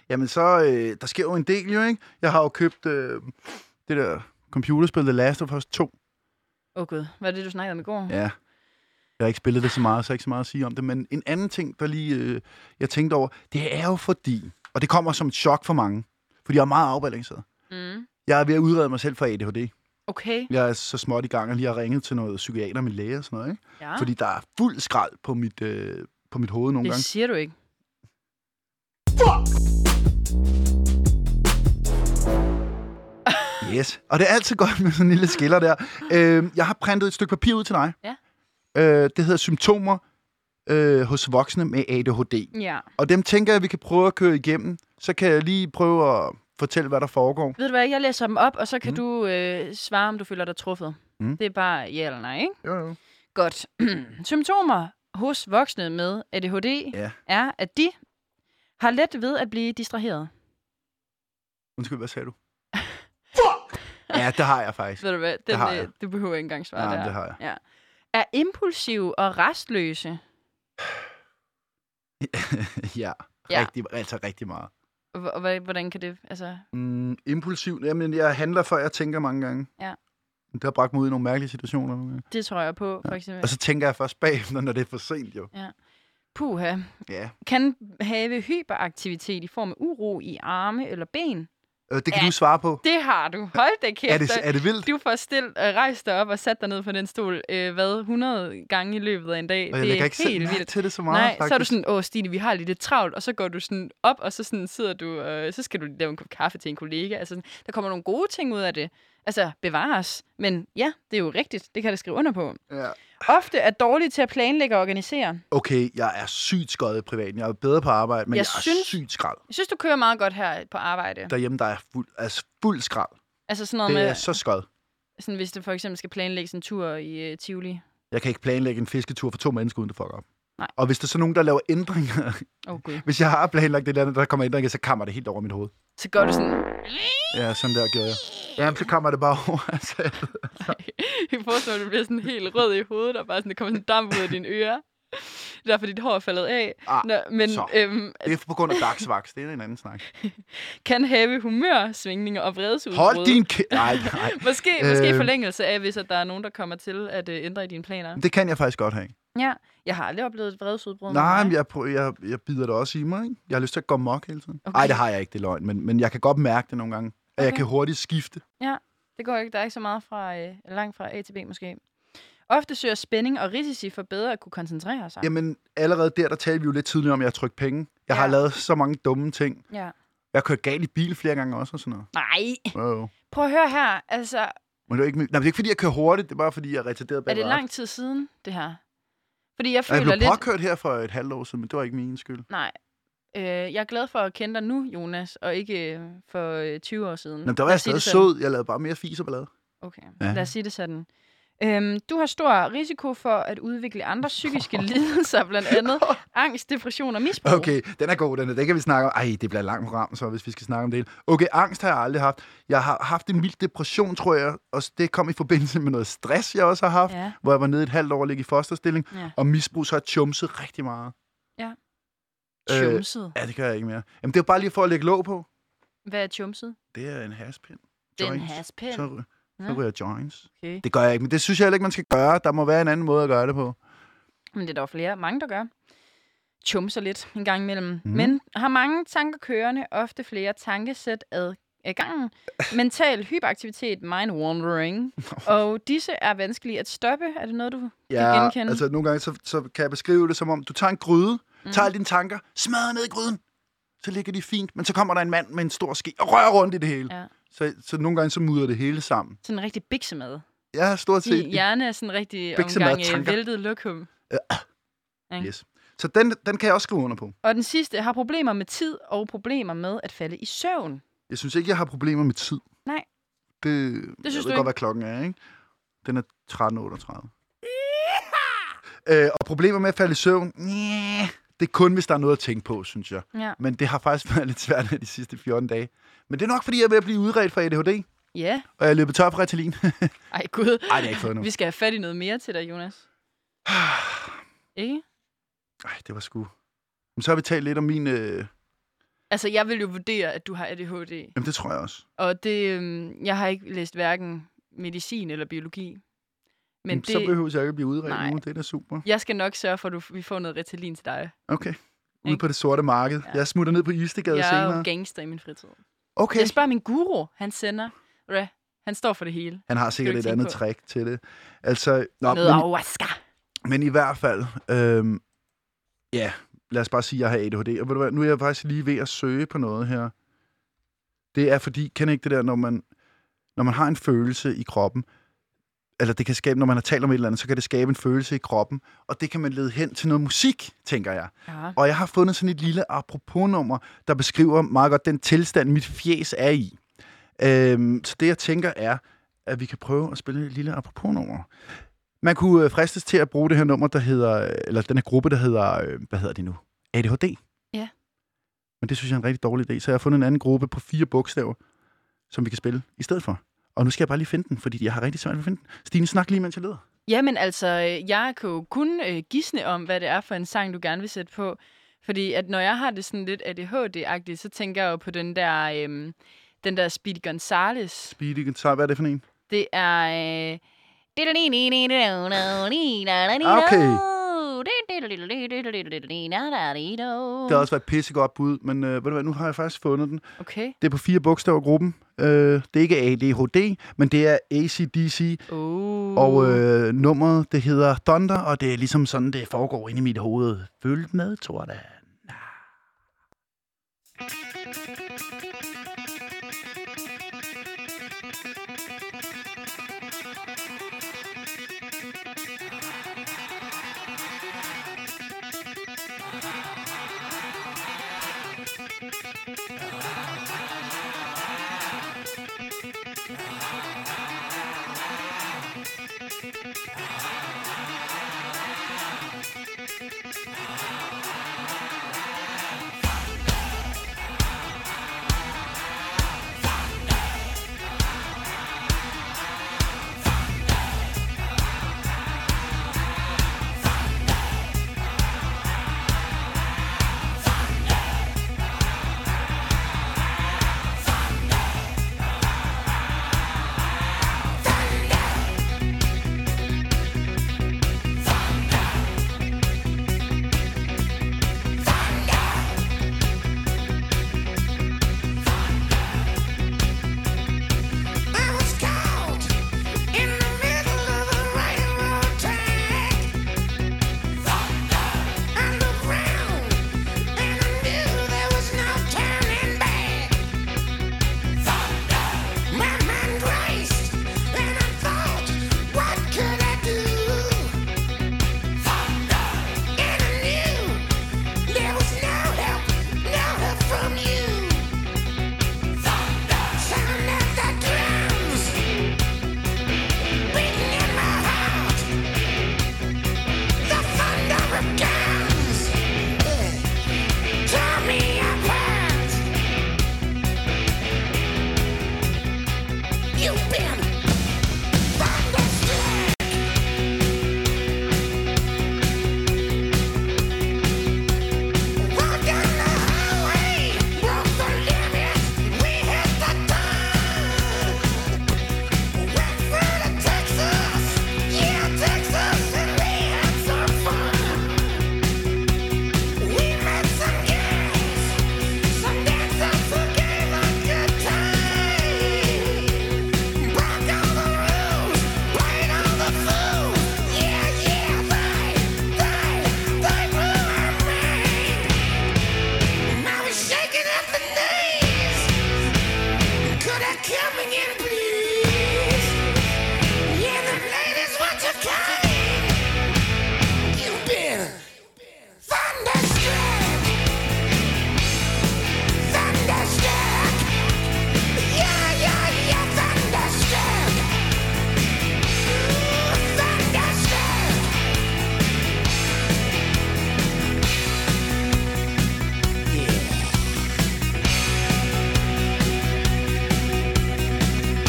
Speaker 1: jamen, så, øh, der sker jo en del, jo, ikke? Jeg har jo købt øh, det der computerspil The Last of Us 2.
Speaker 2: Åh oh, gud, hvad er det, du snakkede om i går?
Speaker 1: Ja. Jeg har ikke spillet det så meget, så jeg har ikke så meget at sige om det. Men en anden ting, der lige øh, jeg tænkte over, det er jo fordi, og det kommer som et chok for mange, fordi jeg er meget afbalanceret.
Speaker 2: Mm.
Speaker 1: Jeg er ved at udrede mig selv for ADHD.
Speaker 2: Okay,
Speaker 1: Jeg er så småt i gang, og lige har ringet til noget psykiater, min læge og sådan noget. Ikke?
Speaker 2: ja.
Speaker 1: Fordi der er fuld skrald på mit, øh, på mit hoved nogle
Speaker 2: Ah. det
Speaker 1: gange.
Speaker 2: siger du ikke.
Speaker 1: Yes. Og det er altid godt med sådan en lille skiller der. Øh, jeg har printet et stykke papir ud til dig.
Speaker 2: Ja.
Speaker 1: Øh, det hedder symptomer øh, hos voksne med ADHD.
Speaker 2: Ja.
Speaker 1: Og dem tænker jeg, vi kan prøve at køre igennem. Så kan jeg lige prøve at fortælle, hvad der foregår.
Speaker 2: Ved du hvad, jeg læser dem op, og så kan
Speaker 1: Mm.
Speaker 2: mm. du øh, svare, om du føler dig truffet.
Speaker 1: Mm.
Speaker 2: Det er bare ja eller nej, ikke?
Speaker 1: Jo, jo.
Speaker 2: Godt. Symptomer hos voksne med ADHD
Speaker 1: Ja.
Speaker 2: er, at de har let ved at blive distraheret.
Speaker 1: Undskyld, hvad sagde du? ja, det har jeg faktisk.
Speaker 2: Ved du hvad? Den,
Speaker 1: har
Speaker 2: øh,
Speaker 1: jeg.
Speaker 2: du behøver ikke engang svare
Speaker 1: Nej,
Speaker 2: der.
Speaker 1: det har jeg.
Speaker 2: Er impulsiv og restløse.
Speaker 1: ja,
Speaker 2: Ja.
Speaker 1: rigtig, altså rigtig meget.
Speaker 2: H- og hva- hvordan kan det... Altså,
Speaker 1: Mm, impulsivt. Jamen, jeg handler, før jeg tænker mange gange.
Speaker 2: Ja.
Speaker 1: Det har bragt mig ud i nogle mærkelige situationer. Nogle gange.
Speaker 2: det tror jeg på, for
Speaker 1: Og
Speaker 2: eksempel.
Speaker 1: så tænker jeg først bagefter, når det er for sent, jo.
Speaker 2: Puha.
Speaker 1: Ja.
Speaker 2: Kan have hyperaktivitet i form af uro i arme eller ben.
Speaker 1: Øh, det kan ja.
Speaker 2: Ja.
Speaker 1: du svare på.
Speaker 2: Det har du. Hold da kæft.
Speaker 1: Er det, er det vildt?
Speaker 2: Du får stillet øh, rejst dig op og sat dig ned på den stol, øh, hvad, 100 gange i løbet af en dag.
Speaker 1: Og jeg
Speaker 2: det
Speaker 1: lægger
Speaker 2: er
Speaker 1: ikke selv
Speaker 2: helt
Speaker 1: mærke
Speaker 2: vildt.
Speaker 1: til det så meget,
Speaker 2: Nej,
Speaker 1: faktisk.
Speaker 2: så er du sådan, åh Stine, vi har lige lidt travlt, og så går du sådan op, og så sådan sidder du, øh, så skal du lave en kop kaffe til en kollega. Altså, sådan, der kommer nogle gode ting ud af det. Altså, bevares. Men ja, det er jo rigtigt. Det kan jeg da skrive under på.
Speaker 1: Ja.
Speaker 2: ofte er dårlige til at planlægge og organisere.
Speaker 1: Okay, jeg er sygt skøjet i privaten. Jeg er bedre på arbejde, men jeg,
Speaker 2: Jeg
Speaker 1: jeg synes... er
Speaker 2: synes-
Speaker 1: sygt skrald.
Speaker 2: Jeg synes, du kører meget godt her på arbejde.
Speaker 1: Derhjemme, der er fuld, altså fuld skrald.
Speaker 2: Altså sådan noget
Speaker 1: Det er
Speaker 2: med,
Speaker 1: så skøjet.
Speaker 2: sådan, hvis det for eksempel skal planlægges en tur i øh, Tivoli.
Speaker 1: Jeg kan ikke planlægge en fisketur for to mennesker, uden det fucker op.
Speaker 2: Nej.
Speaker 1: Og hvis der er så nogen, der laver ændringer,
Speaker 2: Åh oh, gud.
Speaker 1: hvis jeg har planlagt det eller andet, der kommer ændringer, så kammer det helt over mit hoved.
Speaker 2: Så gør du sådan,
Speaker 1: Ja, sådan der gjorde jeg. Jamen, så kommer det bare over. Altså,
Speaker 2: jeg forestiller mig, at du bliver sådan helt rød i hovedet, og bare sådan, der kommer sådan damp ud af dine ører. Det er Derfor dit hår er faldet af.
Speaker 1: Ah,
Speaker 2: Nå, men
Speaker 1: så.
Speaker 2: øhm,
Speaker 1: det er på grund af dagsvaks. Det er en anden snak.
Speaker 2: kan have humørsvingninger og vredesudbrud.
Speaker 1: Hold din kæ... Nej, nej.
Speaker 2: Måske, måske i
Speaker 1: Øh.
Speaker 2: forlængelse af, hvis at der er nogen, der kommer til at øh, ændre i dine planer.
Speaker 1: Det kan jeg faktisk godt have.
Speaker 2: Ja, jeg har aldrig oplevet et vredesudbrud. med
Speaker 1: Nej,
Speaker 2: dig.
Speaker 1: men jeg, prøver, jeg, jeg bider det også i mig. Ikke? Jeg har lyst til at gå mok hele tiden. Nej,
Speaker 2: Okay.
Speaker 1: okay. det har jeg ikke, det er løgn. Men, men jeg kan godt mærke det nogle gange. At jeg
Speaker 2: Okay.
Speaker 1: kan hurtigt skifte.
Speaker 2: Det går ikke. Der er ikke så meget fra, øh, langt fra A til B måske. Ofte søger spænding og risici for bedre at kunne koncentrere sig.
Speaker 1: Jamen, allerede der, der talte vi jo lidt tidligere om, at jeg trykte penge. Jeg ja. har
Speaker 2: Ja.
Speaker 1: lavet så mange dumme ting.
Speaker 2: Ja.
Speaker 1: Jeg har kørt galt i bil flere gange også og sådan noget.
Speaker 2: Nej,
Speaker 1: Wow.
Speaker 2: prøv at høre her. Altså,
Speaker 1: Men det er, ikke, nej, men det er ikke, fordi jeg kører hurtigt. Det er bare, fordi jeg er retarderet bag
Speaker 2: er det
Speaker 1: rattet.
Speaker 2: lang tid siden, det her? Fordi jeg
Speaker 1: Og jeg
Speaker 2: føler
Speaker 1: blev
Speaker 2: lidt... Mm.
Speaker 1: påkørt her for et halvt år siden, men det var ikke min skyld.
Speaker 2: Nej. Øh, jeg er glad for at kende dig nu, Jonas, og ikke øh, for øh, 20 år siden.
Speaker 1: Nå, der var
Speaker 2: Lad
Speaker 1: jeg
Speaker 2: os sige
Speaker 1: stadig
Speaker 2: det sådan.
Speaker 1: sød. Jeg lavede bare mere fis og ballade.
Speaker 2: Okay,
Speaker 1: Ja.
Speaker 2: ja. lad os sige det sådan. Øhm, du har stor risiko for at udvikle andre psykiske lidelser, blandt andet angst, depression og misbrug.
Speaker 1: Okay, den er god, den er. Det kan vi snakke om. Ej, det bliver et langt program, så hvis vi skal snakke om det hele. Okay, angst har jeg aldrig haft. Jeg har haft en mild depression, tror jeg, og det kom i forbindelse med noget stress, jeg også har haft,
Speaker 2: Ja.
Speaker 1: hvor jeg var nede et halvt år og ligge i fosterstilling,
Speaker 2: Ja.
Speaker 1: og misbrug, så har jeg chumset rigtig meget. Øh.
Speaker 2: Chumset.
Speaker 1: Ja, det gør jeg ikke mere. Jamen, det er jo bare lige for at lægge låg på.
Speaker 2: Hvad er chumset?
Speaker 1: Det er en haspind.
Speaker 2: Det er en
Speaker 1: Joints.
Speaker 2: haspind.
Speaker 1: Så, ry-
Speaker 2: Nå.
Speaker 1: så ryger jeg joints.
Speaker 2: Okay.
Speaker 1: Det gør jeg ikke, men det synes jeg heller ikke, man skal gøre. Der må være en anden måde at gøre det på.
Speaker 2: Men det er der jo flere, mange, der gør. Chumser lidt en gang imellem.
Speaker 1: Mhm.
Speaker 2: Mm. Men har mange tanker kørende, ofte flere tankesæt ad ad gangen. Mental hyperaktivitet, mind wandering. og disse er vanskelige at stoppe. Er det noget, du kan genkende?
Speaker 1: altså nogle gange, så, så kan jeg beskrive det som om, du tager en gryde, mm. tager alle dine tanker, smadrer ned i gryden, så ligger de fint, men så kommer der en mand med en stor ske og rører rundt i det hele.
Speaker 2: Ja.
Speaker 1: Så, så nogle gange, så mudrer det hele sammen.
Speaker 2: Sådan en rigtig biksemad.
Speaker 1: Jeg har stort set...
Speaker 2: Din hjerne er sådan rigtig
Speaker 1: biksemad
Speaker 2: omgang øh,
Speaker 1: tanker.
Speaker 2: væltet lokum. ikke.
Speaker 1: Yes. Så den, den kan jeg også skrive under på.
Speaker 2: Og den sidste har problemer med tid og problemer med at falde i søvn.
Speaker 1: Jeg synes ikke, jeg har problemer med tid.
Speaker 2: Nej.
Speaker 1: Det, jeg ved
Speaker 2: synes du
Speaker 1: godt,
Speaker 2: ikke?
Speaker 1: hvad klokken er, ikke? Den er 13.38. Øh, og problemer med at falde i søvn, Næh, det er kun, hvis der er noget at tænke på, synes jeg.
Speaker 2: Ja.
Speaker 1: Men det har faktisk været lidt svært her de sidste 14 dage. Men det er nok, fordi jeg er ved at blive udredt for ADHD,
Speaker 2: Ja.
Speaker 1: og jeg er løbet tør for Ritalin. Nej, det
Speaker 2: Ej, gud.
Speaker 1: har jeg ikke fået nu.
Speaker 2: Vi skal have fat i noget mere til dig, Jonas. Ikke?
Speaker 1: Ej, det var sgu... Men så har vi talt lidt om min... Øh...
Speaker 2: Altså, jeg vil jo vurdere, at du har ADHD.
Speaker 1: Jamen, det tror jeg også.
Speaker 2: Og det, øhm, jeg har ikke læst hverken medicin eller biologi. Men
Speaker 1: Jamen, Så
Speaker 2: det,
Speaker 1: behøver jeg ikke at blive udredt
Speaker 2: Nej.
Speaker 1: nu. Det er da super.
Speaker 2: jeg skal nok sørge for, at du, vi får noget Ritalin til dig.
Speaker 1: Okay. Ude
Speaker 2: Ikke?
Speaker 1: på det sorte marked.
Speaker 2: Ja.
Speaker 1: Jeg smutter ned på Istegade
Speaker 2: Jeg er jo
Speaker 1: senere.
Speaker 2: gangster i min fritid.
Speaker 1: Okay.
Speaker 2: Jeg spørger min guru, han sender. Ved du hvad, Han står for det hele.
Speaker 1: Han har sikkert
Speaker 2: du
Speaker 1: et
Speaker 2: ikke
Speaker 1: andet
Speaker 2: tænke på.
Speaker 1: trick til det. Altså, nå,
Speaker 2: Noget
Speaker 1: men,
Speaker 2: ayahuasca.
Speaker 1: men i hvert fald, øhm, ja, lad os bare sige, at jeg har ADHD. Og ved du hvad, nu er jeg faktisk lige ved at søge på noget her. Det er fordi, kan ikke det der, når man, når man har en følelse i kroppen, eller det kan skabe, når man har talt om et eller andet, så kan det skabe en følelse i kroppen, og det kan man lede hen til noget musik, tænker jeg.
Speaker 2: Ja.
Speaker 1: Og jeg har fundet sådan et lille apropos-nummer, der beskriver meget godt den tilstand, mit fjes er i. Øhm, så det, jeg tænker, er, at vi kan prøve at spille et lille apropos-nummer. Man kunne øh, fristes til at bruge det her nummer, der hedder, øh, eller den her gruppe, der hedder, øh, hvad hedder det nu? ADHD.
Speaker 2: Ja.
Speaker 1: Men det synes jeg er en rigtig dårlig idé, så jeg har fundet en anden gruppe på fire bogstaver, som vi kan spille i stedet for. Og nu skal jeg bare lige finde den, fordi jeg har rigtig svært ved at finde den. Stine, snak lige, mens jeg leder.
Speaker 2: Jamen altså, øh, jeg kan jo kun øh, gisne om, hvad det er for en sang, du gerne vil sætte på. Fordi at når jeg har det sådan lidt ADHD-agtigt, så tænker jeg jo på den der, øhm, den der Speedy Gonzales.
Speaker 1: Speedy Guitar, hvad er det for en?
Speaker 2: Det er... øh,
Speaker 1: Okay. Det har
Speaker 2: Okay.
Speaker 1: også været et pissegodt bud, men øh, ved du hvad, nu har jeg faktisk fundet den.
Speaker 2: Okay.
Speaker 1: Det er på fire bogstaver gruppen. Øh, det er ikke ADHD, men det er ACDC.
Speaker 2: Oh.
Speaker 1: Og øh, nummeret, det hedder Thunder, og det er ligesom sådan, det foregår inde i mit hoved. Følg med, Torda.
Speaker 4: you been? Thunderstruck! Walked down the highway, broke the limits, we hit the top. Went through to Texas, yeah, Texas, and we had some fun. We met some guys, some dancers who gave a good time. Broke all the rules, played all the fools. Yeah, yeah, they, they, they blew our mind. Now we're shaking at the knees. Could I come again, please? Yeah, the ladies want you kind. You've been thunderstruck. Thunderstruck. Yeah, yeah, yeah, thunderstruck. Ooh, Thunderstruck.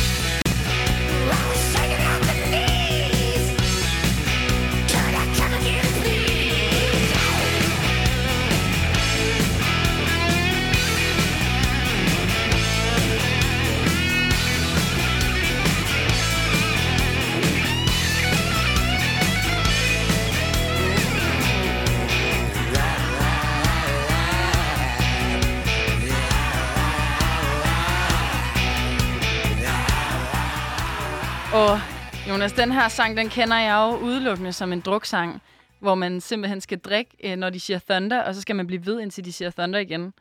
Speaker 4: I was shaking out the knees. Could I come again, please?
Speaker 2: Og Jonas, den her sang, den kender jeg jo udelukkende som en druksang, hvor man simpelthen skal drikke, øh, når de siger thunder, og så skal man blive ved, indtil de siger thunder igen.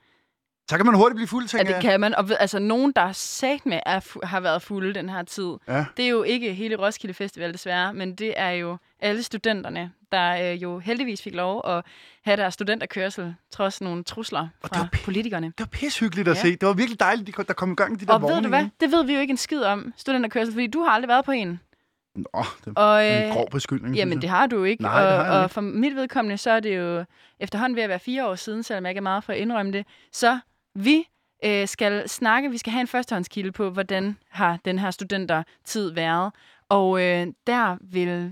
Speaker 1: Så kan man hurtigt blive fuld,
Speaker 2: Ja,
Speaker 1: tænker
Speaker 2: det kan man. Og ved- altså, nogen, der sat med er, fu- har været fulde den her tid.
Speaker 1: jeg. Ja.
Speaker 2: Det er jo ikke hele Roskilde Festival, desværre, men det er jo alle studenterne, der øh, jo heldigvis fik lov at have deres studenterkørsel, trods nogle trusler
Speaker 1: Og
Speaker 2: fra
Speaker 1: det var pæ-
Speaker 2: politikerne.
Speaker 1: Det var pishyggeligt at
Speaker 2: Ja.
Speaker 1: ja. se. Det var virkelig dejligt, de kom- der kom i gang i de der
Speaker 2: Og
Speaker 1: vogne.
Speaker 2: ved du hvad?
Speaker 1: igen.
Speaker 2: Det ved vi jo ikke en skid om, studenterkørsel, fordi du har aldrig været på en.
Speaker 1: Nå, det
Speaker 2: Og,
Speaker 1: er
Speaker 2: øh,
Speaker 1: en grov beskyldning.
Speaker 2: Jamen,
Speaker 1: synes
Speaker 2: det
Speaker 1: jeg.
Speaker 2: har du jo ikke.
Speaker 1: Nej, det
Speaker 2: og,
Speaker 1: har jeg
Speaker 2: og
Speaker 1: ikke.
Speaker 2: for mit vedkommende, så er det jo efterhånden ved at være fire år siden, selvom jeg ikke er meget for at indrømme det. Så vi øh, skal snakke, vi skal have en førstehåndskilde på, hvordan har den her studentertid været. Og øh, der vil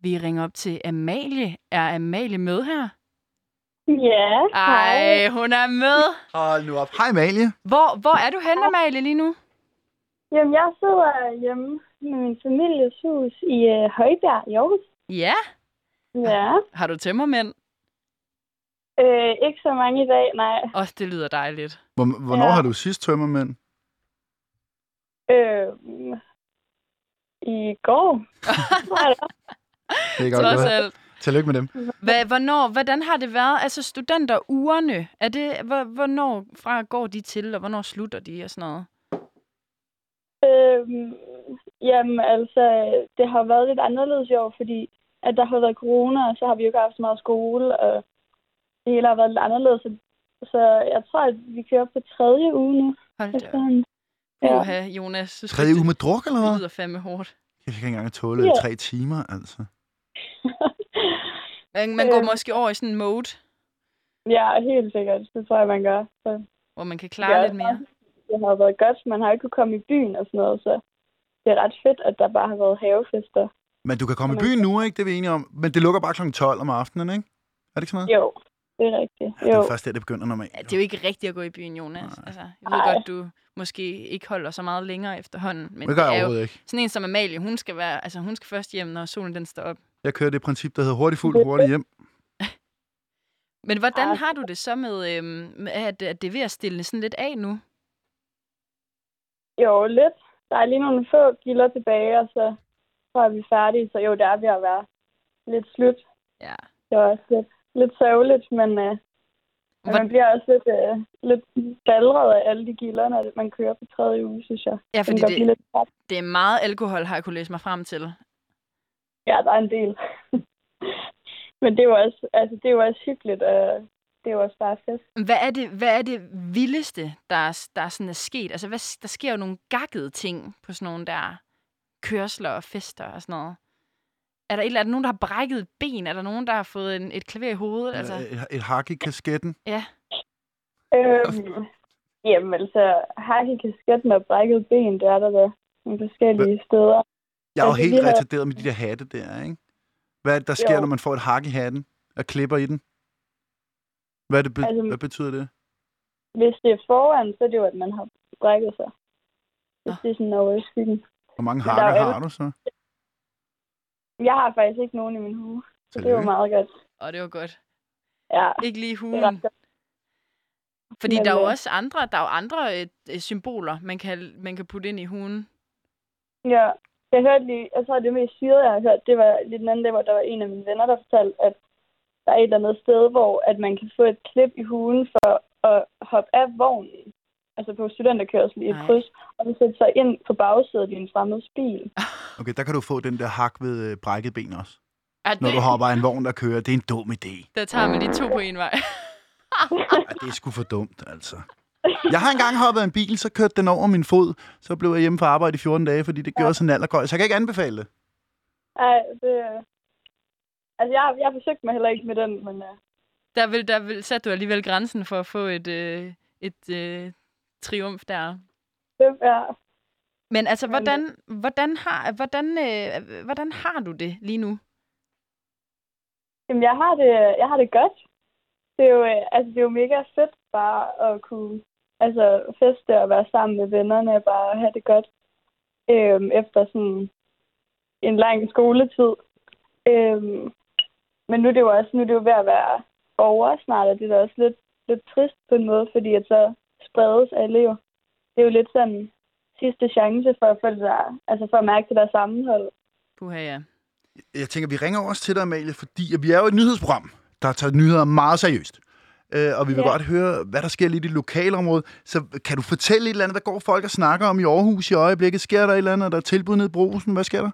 Speaker 2: vi ringe op til Amalie. Er Amalie med her?
Speaker 5: Ja,
Speaker 2: Ej, hun er med.
Speaker 1: Hold nu op. Hej, Amalie.
Speaker 2: Hvor, hvor er du henne, Amalie, lige nu?
Speaker 5: Jamen, jeg sidder hjemme med min families hus i øh, Højbjerg i Aarhus.
Speaker 2: Ja.
Speaker 5: Ja.
Speaker 2: Har du tømmermænd?
Speaker 5: Øh, ikke så mange i dag, nej.
Speaker 2: Åh, det lyder dejligt.
Speaker 1: Hvor- Hvornår
Speaker 5: Ja.
Speaker 1: har du sidst tømmermænd?
Speaker 5: Øh, I går. Var det.
Speaker 1: Det er godt
Speaker 2: Trods
Speaker 1: gået.
Speaker 2: alt.
Speaker 1: Tillykke med dem.
Speaker 2: Hvad, hvornår, hvordan har det været? Altså studenterugerne, er det, hvor, hvornår fra går de til, og hvornår slutter de og sådan noget?
Speaker 5: Øhm, jamen altså, det har været lidt anderledes i år, fordi at der har været corona, og så har vi jo ikke haft så meget skole, og det hele har været lidt anderledes. Så, så jeg tror, at vi kører på tredje uge nu.
Speaker 2: Hold da op.
Speaker 5: efterhånden. Altså, Ja.
Speaker 2: Uha, Jonas. Så skal
Speaker 1: Tredje
Speaker 2: det-
Speaker 1: uge med druk, eller
Speaker 2: Det
Speaker 1: hvad?
Speaker 2: lyder fandme hårdt.
Speaker 1: Jeg kan ikke engang tåle
Speaker 5: Ja.
Speaker 1: tre timer, altså.
Speaker 2: Man, man går
Speaker 5: Øh.
Speaker 2: måske over i sådan en mode,
Speaker 5: ja, helt sikkert. Det tror jeg, man gør. Så,
Speaker 2: hvor man kan klare
Speaker 5: Ja.
Speaker 2: lidt mere.
Speaker 5: det har været godt. Man har ikke kunnet komme i byen og sådan noget, så det er ret fedt, at der bare har været havefester.
Speaker 1: Men du kan komme i
Speaker 5: Jamen.
Speaker 1: byen nu, ikke? Det er vi enige om. Men det lukker bare kl. 12 om aftenen, ikke? Er det ikke sådan noget?
Speaker 5: Jo, det er rigtigt.
Speaker 1: Det
Speaker 5: Jo.
Speaker 1: er først der, det begynder normalt.
Speaker 2: Ja, det er jo ikke rigtigt at gå i byen, Jonas.
Speaker 1: Nej.
Speaker 2: Altså, jeg ved
Speaker 5: Ej.
Speaker 2: godt, du måske ikke holder så meget længere efterhånden,
Speaker 1: det
Speaker 2: men det,
Speaker 1: gør jeg
Speaker 2: er jo
Speaker 1: overhovedet ikke.
Speaker 2: sådan en som Amalie, hun skal, være, altså, hun skal først hjem, når solen den står op.
Speaker 1: Jeg kører det princip, der hedder hurtigt fuld, hurtigt hjem.
Speaker 2: Men hvordan
Speaker 5: Ej.
Speaker 2: har du det så med, øhm, med at, at det er ved at stille sådan lidt af nu?
Speaker 5: Jo, lidt. Der er lige nogle få gilder tilbage, og så tror jeg, vi er færdige. Så jo, det er ved at være lidt slut.
Speaker 2: Ja.
Speaker 5: Det var også lidt, lidt sørgeligt, men øh, men
Speaker 2: Hvor-
Speaker 5: man bliver også lidt, øh, lidt dalret af alle de gilder, når man kører på tredje uge, synes jeg.
Speaker 2: Ja,
Speaker 5: Den
Speaker 2: fordi
Speaker 5: går
Speaker 2: det,
Speaker 5: lige lidt op.
Speaker 2: Det er meget alkohol, har jeg kunne læse mig frem til.
Speaker 5: Ja, der er en del. men det er, jo også, altså, det er jo også hyggeligt, og det er jo også bare fest.
Speaker 2: Hvad er det, hvad er det vildeste, der, er- der er sådan er sket? Altså, hvad, s- der sker jo nogle gakkede ting på sådan nogle der kørsler og fester og sådan noget. Er der, et, eller er der nogen, der har brækket et ben? Er der nogen, der har fået en, et klaver i hovedet? Altså,
Speaker 1: Altså. Et, et hak i kasketten.
Speaker 5: Øhm, jamen, altså, har ikke kasketten og brækket ben, det er der da. nogle forskellige steder.
Speaker 1: Jeg er jo
Speaker 5: Altså,
Speaker 1: helt
Speaker 5: vi har-
Speaker 1: retarderet med de der hatte der, ikke? Hvad er det, der sker,
Speaker 5: Jo.
Speaker 1: når man får et hak i hatten og klipper i den? Hvad, er det be-
Speaker 5: Altså-
Speaker 1: hvad betyder det?
Speaker 5: Hvis det er foran, så er det jo, at man har brækket sig. Hvis
Speaker 2: Nå.
Speaker 5: det er sådan over i skyggen.
Speaker 1: Hvor mange
Speaker 5: Men der er jo
Speaker 1: hakker
Speaker 5: alle-
Speaker 1: har du så?
Speaker 5: Jeg har faktisk ikke nogen i min hue, så det var
Speaker 1: Tillykke.
Speaker 5: meget godt.
Speaker 1: øh.
Speaker 2: Og det var godt.
Speaker 5: Ja,
Speaker 2: Ikke lige
Speaker 5: det er
Speaker 2: huden.
Speaker 5: ret godt.
Speaker 2: Fordi
Speaker 5: Men,
Speaker 2: der er jo
Speaker 5: øh,
Speaker 2: også andre, der er jo andre øh, øh, symboler, man kan, man kan putte ind i hunden.
Speaker 5: Ja, jeg hørte lige, jeg tror, det mest syrede, jeg har hørt, det var lige den anden dag, hvor der var en af mine venner, der fortalte, at der er et eller andet sted, hvor at man kan få et klip i hulen for at hoppe af vognen. Altså på studenterkørsel i et
Speaker 2: Nej.
Speaker 5: kryds, og så sætte sig ind på bagsædet i en fremmed bil.
Speaker 1: Okay, der kan du få den der hak ved øh, brækket ben også.
Speaker 2: Ah,
Speaker 1: Når
Speaker 2: det,
Speaker 1: du hopper af en vogn, der kører. Det er en dum idé.
Speaker 2: Der tager man lige to på en vej.
Speaker 1: Ej, det er sgu for dumt, altså. Jeg har engang hoppet af en bil, så kørte den over min fod. Så blev jeg hjemme fra arbejde i 14 dage, fordi det gjorde sådan en allergøj. Så jeg kan ikke anbefale det.
Speaker 5: Ej, det... Altså, jeg, jeg forsøgte mig heller ikke med den, men uh,
Speaker 2: Der, vil, der vil, satte du alligevel grænsen for at få et, øh, et øh, triumf der.
Speaker 5: det er...
Speaker 2: Men altså,
Speaker 5: Men, øh,
Speaker 2: hvordan, hvordan, har, hvordan, øh, hvordan har du det lige nu?
Speaker 5: Jamen, jeg har det, jeg har det godt. Det er jo, øh, altså, det er jo mega fedt bare at kunne altså, feste og være sammen med vennerne og bare have det godt øhm, efter sådan en lang skoletid. Øhm, men nu er det jo også nu er det jo ved at være over snart, og det er da også lidt, lidt trist på en måde, fordi at så spredes alle jo. Det er jo lidt sådan sidste chance for at, få det der, altså for at mærke det der sammenhold.
Speaker 2: Puha, ja.
Speaker 1: Jeg tænker, vi ringer også til dig, Amalie, fordi at vi er jo et nyhedsprogram, der tager nyheder meget seriøst. Øh, og vi vil
Speaker 5: Ja.
Speaker 1: godt høre, hvad der sker lidt i det lokale område. Så kan du fortælle et eller andet, hvad går folk og snakker om i Aarhus i øjeblikket? Sker der et eller andet? Er der tilbud nede i brosen? Hvad sker der?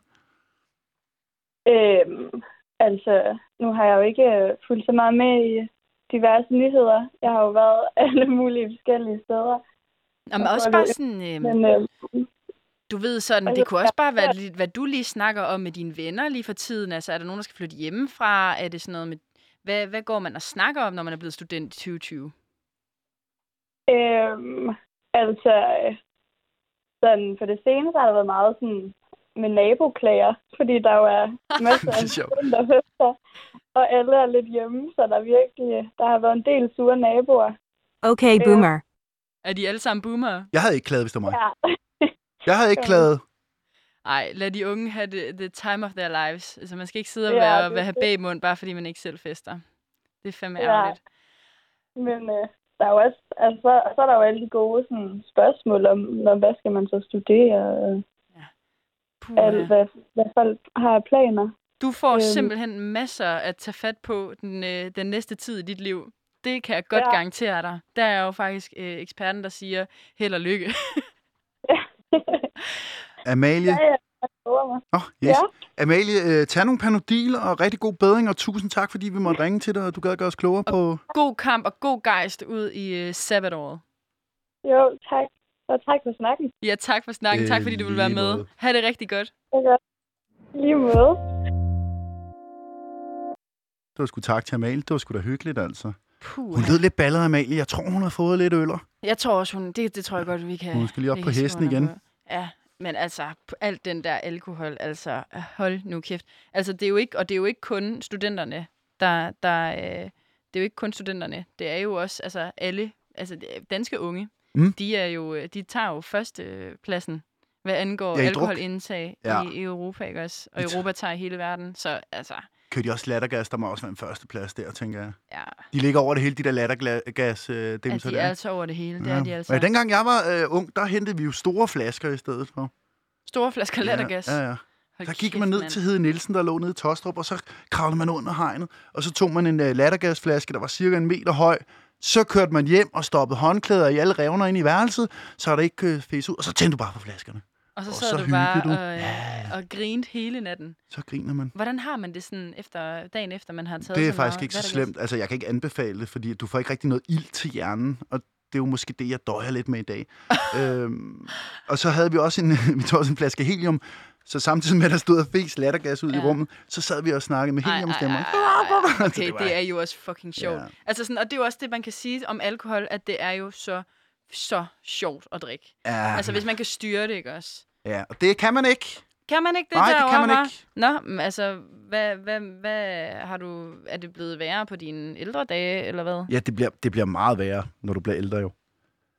Speaker 5: Øhm, altså, nu har jeg jo ikke øh, fulgt så meget med i diverse nyheder. Jeg har jo været alle mulige forskellige steder.
Speaker 2: Nå, men
Speaker 5: Og
Speaker 2: også
Speaker 5: så er
Speaker 2: bare
Speaker 5: det-
Speaker 2: sådan,
Speaker 1: Mm.
Speaker 2: øh,
Speaker 5: Men øh,
Speaker 2: du ved sådan,
Speaker 5: altså,
Speaker 2: det kunne også bare være, lidt, hvad du lige snakker om med dine venner lige for tiden. Altså, er der nogen, der skal flytte hjemmefra? Er det sådan noget med, hvad, hvad går man og snakker om, når man er blevet student i 2020?
Speaker 5: øh, altså, øh, sådan for det seneste har der været meget sådan med naboklager, fordi der jo er masser
Speaker 1: Det er
Speaker 5: af
Speaker 1: sjovt.
Speaker 5: studenterfester, og alle er lidt hjemme, så der er virkelig, øh, der har været en del sure naboer.
Speaker 6: Okay,
Speaker 5: Yeah.
Speaker 6: boomer.
Speaker 2: Er de alle sammen boomer?
Speaker 1: Jeg havde ikke klaget, hvis det var mig.
Speaker 5: Ja,
Speaker 1: Jeg havde ikke
Speaker 5: Ja.
Speaker 1: klaget.
Speaker 2: Ej, lad de unge have the, the time of their lives. Altså, man skal ikke sidde og
Speaker 5: Ja,
Speaker 2: være,
Speaker 5: det er
Speaker 2: være have
Speaker 5: det.
Speaker 2: bagmund, bare fordi man ikke selv fester. Det er fandme
Speaker 5: Ja. øhm,
Speaker 2: ærgerligt.
Speaker 5: Men øh, der er jo også, altså, så, så er der jo alle de gode sådan, spørgsmål om, om, hvad skal man så studere, og
Speaker 2: Puh,
Speaker 5: alt, hvad, hvad folk har af planer.
Speaker 2: Du får
Speaker 5: Øhm.
Speaker 2: simpelthen masser at tage fat på den, øh, den næste tid i dit liv. Det kan jeg godt
Speaker 5: Ja.
Speaker 2: garantere dig. Der er jo faktisk øh, eksperten, der siger held og lykke.
Speaker 1: Amalie,
Speaker 5: ja, ja, jeg lover mig.
Speaker 1: Nå, yes.
Speaker 5: Ja.
Speaker 1: Amalie, øh, tag nogle panodil og rigtig god bedring, og tusind tak, fordi vi måtte ringe til dig, og du gad gøre os klogere på...
Speaker 2: god kamp og god gejst ud i øh, sabbatåret.
Speaker 5: Jo, tak. Og tak for snakken.
Speaker 2: Ja, tak for snakken.
Speaker 1: Øh,
Speaker 2: tak fordi du vil være
Speaker 1: lige
Speaker 2: med.
Speaker 1: måde.
Speaker 2: Ha' det rigtig godt.
Speaker 5: Det er godt. I Lige måde.
Speaker 1: Det var sgu tak til Amalie. Det var sgu da hyggeligt, altså.
Speaker 2: Puh.
Speaker 1: Hun lød lidt ballet, Amalie. Jeg tror, hun har fået lidt øller.
Speaker 2: Jeg tror også, hun... Det, det tror jeg godt, vi kan...
Speaker 1: Hun skal lige op
Speaker 2: vi
Speaker 1: på
Speaker 2: kan skrive
Speaker 1: hesten
Speaker 2: under
Speaker 1: igen.
Speaker 2: på. Ja, men altså, p- alt den der alkohol, altså, hold nu kæft. Altså, det er jo ikke... Og det er jo ikke kun studenterne, der... der øh, det er jo ikke kun studenterne. Det er jo også altså, alle... Altså, de- danske unge,
Speaker 1: Mm.
Speaker 2: de, er jo, øh, de tager jo førstepladsen, hvad angår
Speaker 1: Ja,
Speaker 2: ja,
Speaker 1: i
Speaker 2: alkoholindtag
Speaker 1: Ja.
Speaker 2: ja. i Europa, ikke også? Og
Speaker 1: Det-
Speaker 2: Europa tager hele verden, så altså,
Speaker 1: Kører de også lattergas? Der må også være en førsteplads der, tænker jeg.
Speaker 2: ja,
Speaker 1: De ligger over det hele, de der lattergas øh, dem
Speaker 2: at
Speaker 1: så
Speaker 2: de
Speaker 1: der.
Speaker 2: er altså over det hele. Det er de altså.
Speaker 1: Ja, dengang jeg var øh, ung, der hentede vi jo store flasker i stedet for.
Speaker 2: Store flasker lattergas.
Speaker 1: Ja, ja, ja.
Speaker 2: Hold
Speaker 1: Der gik
Speaker 2: kæft,
Speaker 1: man ned
Speaker 2: mand.
Speaker 1: til Hede Nielsen, der lå nede i Tostrup, og så kravlede man under hegnet, og så tog man en øh, lattergasflaske, der var cirka en meter høj. Så kørte man hjem og stoppede håndklæder i alle revner ind i værelset, så der ikke øh, fes ud, og så tændte du bare på flaskerne.
Speaker 2: Og så
Speaker 1: Og
Speaker 2: sad
Speaker 1: så
Speaker 2: du bare
Speaker 1: hyggede du.
Speaker 2: Og, øh, og grinte hele natten.
Speaker 1: Så griner man.
Speaker 2: Hvordan har man det sådan efter dagen efter, man har taget
Speaker 1: Det er
Speaker 2: så
Speaker 1: faktisk
Speaker 2: meget?
Speaker 1: ikke
Speaker 2: Hvad
Speaker 1: så
Speaker 2: er der
Speaker 1: slemt. Altså, jeg kan ikke anbefale det, fordi du får ikke rigtig noget ild til hjernen, og det er jo måske det, jeg døjer lidt med i dag. øhm, og så havde vi også en, vi tog også en flaske helium, så samtidig med, at der stod og fes lattergas ud ja. i
Speaker 2: Ja.
Speaker 1: rummet, så sad vi og snakkede med
Speaker 2: galt? Ej, ej,
Speaker 1: heliumstemmer.
Speaker 2: ej, ej, ej.
Speaker 1: Så det var-
Speaker 2: Okay, det er jo også fucking sjovt.
Speaker 1: Ja.
Speaker 2: Altså sådan, og det er jo også det, man kan sige om alkohol, at det er jo så, så sjovt at drikke.
Speaker 1: Ja,
Speaker 2: Altså, hvis man kan styre det, ikke også?
Speaker 1: Ja, og det kan man ikke.
Speaker 2: Kan man ikke det
Speaker 1: Nej, det
Speaker 2: der
Speaker 1: kan man
Speaker 2: hva'?
Speaker 1: ikke.
Speaker 2: Nå, men altså, hvad, hvad, hvad har du... Er det blevet værre på dine ældre dage, eller hvad?
Speaker 1: Ja, det bliver, det bliver meget værre, når du bliver ældre jo.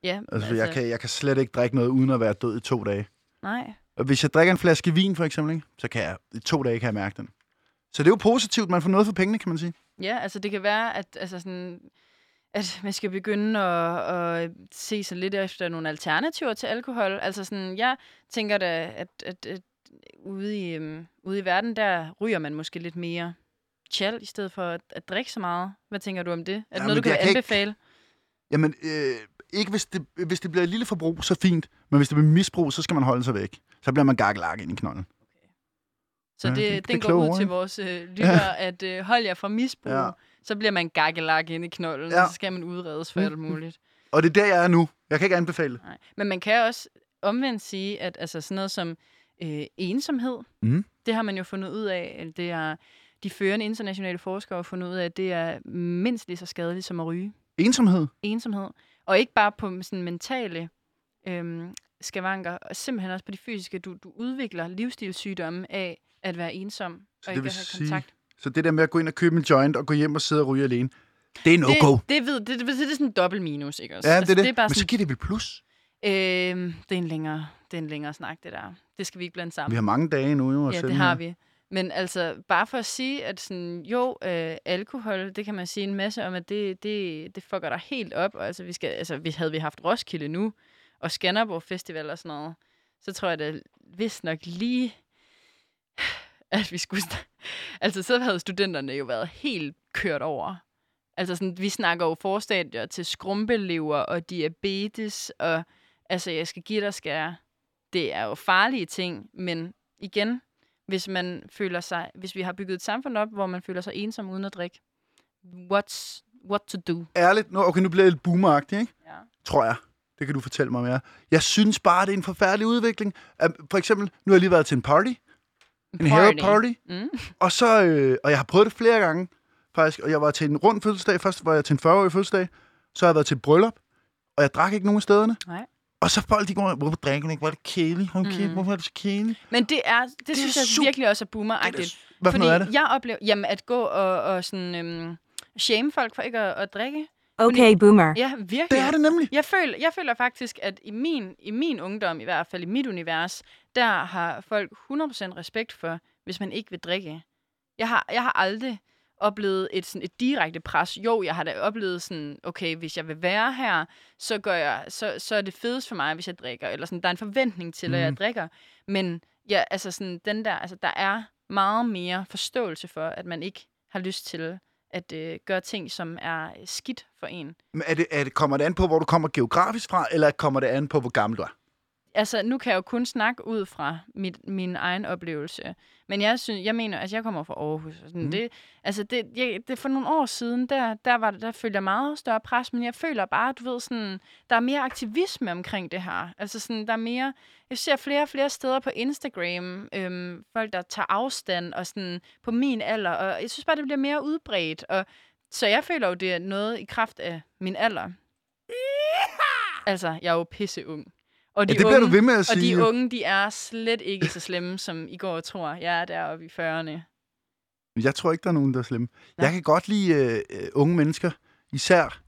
Speaker 2: Ja,
Speaker 1: Altså, altså, jeg, kan, jeg kan slet ikke drikke noget uden at være død i to dage.
Speaker 2: Nej.
Speaker 1: Og hvis jeg drikker en flaske vin, for eksempel, ikke? så kan jeg i to dage kan jeg mærke den. Så det er jo positivt, man får noget for pengene, kan man sige.
Speaker 2: Ja, altså det kan være, at, altså sådan, at man skal begynde at, at se sig lidt efter nogle alternativer til alkohol. Altså sådan, jeg tænker da, at, at, at ude, i, øhm, ude i verden, der ryger man måske lidt mere chill, i stedet for at, at drikke så meget. Hvad tænker du om det? Er det
Speaker 1: Jamen,
Speaker 2: noget, du kan
Speaker 1: jeg kan ikke-
Speaker 2: anbefale?
Speaker 1: Jamen, øh, ikke hvis det, hvis det bliver et lille forbrug, så fint. Men hvis det bliver misbrug, så skal man holde sig væk. Så bliver man gakkelak ind i knolden.
Speaker 2: Så
Speaker 1: Ja,
Speaker 2: det,
Speaker 1: det-
Speaker 2: det,
Speaker 1: det
Speaker 2: den
Speaker 1: er
Speaker 2: går
Speaker 1: kloge
Speaker 2: ud
Speaker 1: ord,
Speaker 2: til
Speaker 1: ikke?
Speaker 2: vores øh, lyttere, at øh, hold jer fra misbrug,
Speaker 1: Ja.
Speaker 2: ja. så bliver man gakkelak ind i knolden,
Speaker 1: Ja. Mm.
Speaker 2: ja. så skal man udredes for alt muligt.
Speaker 1: Og det er der, jeg er nu. Jeg kan ikke anbefale det.
Speaker 2: Nej. Men man kan også omvendt sige, at altså, sådan noget som øh, ensomhed,
Speaker 1: Mhm.
Speaker 2: det har man jo fundet ud af, eller det er de førende internationale forskere har fundet ud af, at det er mindst lige så skadeligt som at ryge.
Speaker 1: Ensomhed.
Speaker 2: Ensomhed. Og ikke bare på sådan mentale øhm, skavanker, og simpelthen også på de fysiske. Du, du udvikler livsstilssygdomme af at være ensom
Speaker 1: Så
Speaker 2: og
Speaker 1: det
Speaker 2: ikke
Speaker 1: vil
Speaker 2: at have
Speaker 1: sige-
Speaker 2: kontakt.
Speaker 1: Så det der med at gå ind og købe en joint og gå hjem og sidde og ryge alene, det er no go.
Speaker 2: Det, det, ved, det, det, det, det er sådan en dobbelt minus, ikke også? Altså,
Speaker 1: Ja, det er det.
Speaker 2: det er bare
Speaker 1: Men så
Speaker 2: sådan,
Speaker 1: giver det vel plus.
Speaker 2: øhm, det, er en længere, det er en længere snak, det der. Det skal vi ikke blande sammen.
Speaker 1: Vi har mange dage nu jo. at
Speaker 2: Ja,
Speaker 1: sende
Speaker 2: det har
Speaker 1: her.
Speaker 2: vi. Men altså, bare for at sige, at sådan, jo, øh, alkohol, det kan man sige en masse om, at det, det, det fucker dig helt op. Og altså, vi skal, altså, vi havde vi haft Roskilde nu, og Skanderborg Festival og sådan noget, så tror jeg da vist nok lige, at vi skulle... snak- altså, så havde studenterne jo været helt kørt over. Altså, sådan, vi snakker jo forstadier til skrumpelever og diabetes, og altså, jeg skal give dig skære. Det er jo farlige ting, men igen, hvis man føler sig, hvis vi har bygget et samfund op, hvor man føler sig ensom uden at drikke. What's, what to do?
Speaker 1: Ærligt, nu, okay, nu bliver jeg lidt boomeragtig, ikke?
Speaker 2: Ja.
Speaker 1: Tror jeg. Det kan du fortælle mig mere. Jeg synes bare, det er en forfærdelig udvikling. At, for eksempel, nu har jeg lige været til en party. En have party.
Speaker 2: Mm.
Speaker 1: Og så, øh, og jeg har prøvet det flere gange, faktisk. Og jeg var til en rund fødselsdag. Først var jeg til en 40-årig fødselsdag. Så har jeg været til et bryllup. Og jeg drak ikke nogen af stederne.
Speaker 2: Nej.
Speaker 1: Og så folk, de går, hvorfor drikker du ikke? Hvor er det kedeligt? Hold kæft,
Speaker 2: Mm.
Speaker 1: Hvorfor er det så kedeligt?
Speaker 2: Men det er, det, det synes
Speaker 1: er
Speaker 2: jeg
Speaker 1: super-
Speaker 2: virkelig også er
Speaker 1: Det er da
Speaker 2: boomer-agtigt.
Speaker 1: s- Hvad for
Speaker 2: Fordi
Speaker 1: noget er det?
Speaker 2: jeg oplever, jamen at gå og, og sådan, øhm, shame folk for ikke at, at drikke.
Speaker 6: Okay, boomer.
Speaker 2: Ja, virkelig.
Speaker 1: Det er det nemlig.
Speaker 2: Jeg føler, jeg føler faktisk, at i min, i min ungdom, i hvert fald i mit univers, der har folk 100% respekt for, hvis man ikke vil drikke. Jeg har, jeg har aldrig oplevet et, sådan et direkte pres. Jo, jeg har da oplevet sådan, okay, hvis jeg vil være her, så, gør jeg, så, så er det fedest for mig, hvis jeg drikker. Eller sådan, der er en forventning til, at
Speaker 1: Mhm.
Speaker 2: jeg drikker. Men ja, altså sådan, den der, altså, der er meget mere forståelse for, at man ikke har lyst til at øh, gøre ting, som er skidt for en.
Speaker 1: Men er det, er det, kommer det an på, hvor du kommer geografisk fra, eller kommer det an på, hvor gammel du er?
Speaker 2: altså, nu kan jeg jo kun snakke ud fra mit, min egen oplevelse. Men jeg synes, jeg mener, at altså, jeg kommer fra Aarhus. Og sådan,
Speaker 1: Mm.
Speaker 2: mm. det, altså, det, jeg, det, for nogle år siden, der, der, var, det- der følte jeg meget større pres, men jeg føler bare, du ved, sådan, der er mere aktivisme omkring det her. Altså, sådan, der er mere, jeg ser flere og flere steder på Instagram, øhm, folk, der tager afstand og sådan, på min alder, og jeg synes bare, det bliver mere udbredt. Og, så jeg føler jo, det er noget i kraft af min alder. Altså, jeg er jo pisseung. Og
Speaker 1: Ja, det bliver du ved med at
Speaker 2: og
Speaker 1: sige,
Speaker 2: de
Speaker 1: jo.
Speaker 2: unge, de er slet ikke så slemme, som I går og tror. Jeg er deroppe i 40'erne.
Speaker 1: Jeg tror ikke, der er nogen, der er slemme.
Speaker 2: Nå.
Speaker 1: Jeg kan godt lide øh, øh, unge mennesker, især.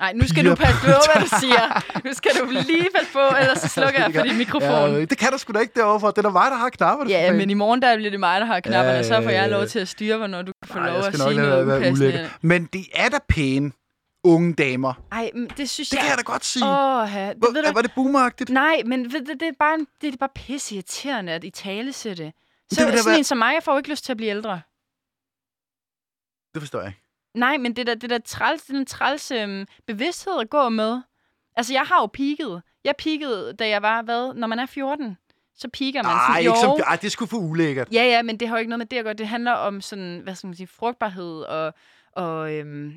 Speaker 2: Nej, nu skal du
Speaker 1: Piger.
Speaker 2: passe på, hvad du siger. Nu skal du lige passe på, ellers så slukker jeg for din mikrofon.
Speaker 1: Ja, øh, det kan der sgu da ikke derovre, for det er der mig, der har knapper.
Speaker 2: Ja, men i morgen der bliver det mig, der har knapperne,
Speaker 1: Ja,
Speaker 2: så får
Speaker 1: ja,
Speaker 2: jeg
Speaker 1: ja.
Speaker 2: lov til at styre, hvornår du kan få
Speaker 1: Nej,
Speaker 2: lov
Speaker 1: jeg
Speaker 2: at
Speaker 1: skal nok
Speaker 2: sige
Speaker 1: lade være
Speaker 2: noget
Speaker 1: med at være
Speaker 2: upassende.
Speaker 1: ulækker. Men det er da pæne unge damer.
Speaker 2: Ej, men det synes
Speaker 1: Det
Speaker 2: jeg...
Speaker 1: kan jeg da godt sige. Oh,
Speaker 2: Åh, ja. det, ved
Speaker 1: Hvor,
Speaker 2: du,
Speaker 1: var det boomeragtigt?
Speaker 2: Nej, men ved, det, det, er bare, en- det er bare pisse irriterende, at I tale sætte. Så
Speaker 1: det vil da
Speaker 2: sådan
Speaker 1: være-
Speaker 2: en som mig, jeg får jo ikke lyst til at blive ældre.
Speaker 1: Det forstår jeg ikke.
Speaker 2: Nej, men det der, det der træls, den træls øhm, bevidsthed at gå med. Altså, jeg har jo peaked. Jeg peaked, da jeg var, hvad, når man er 14, så piker man.
Speaker 1: Nej,
Speaker 2: sådan,
Speaker 1: ikke
Speaker 2: altså, jo.
Speaker 1: som, ej, det er sgu for ulækkert.
Speaker 2: Ja, ja, men det har jo ikke noget med det at gøre. Det handler om sådan, hvad skal man sige, frugtbarhed og, og øhm,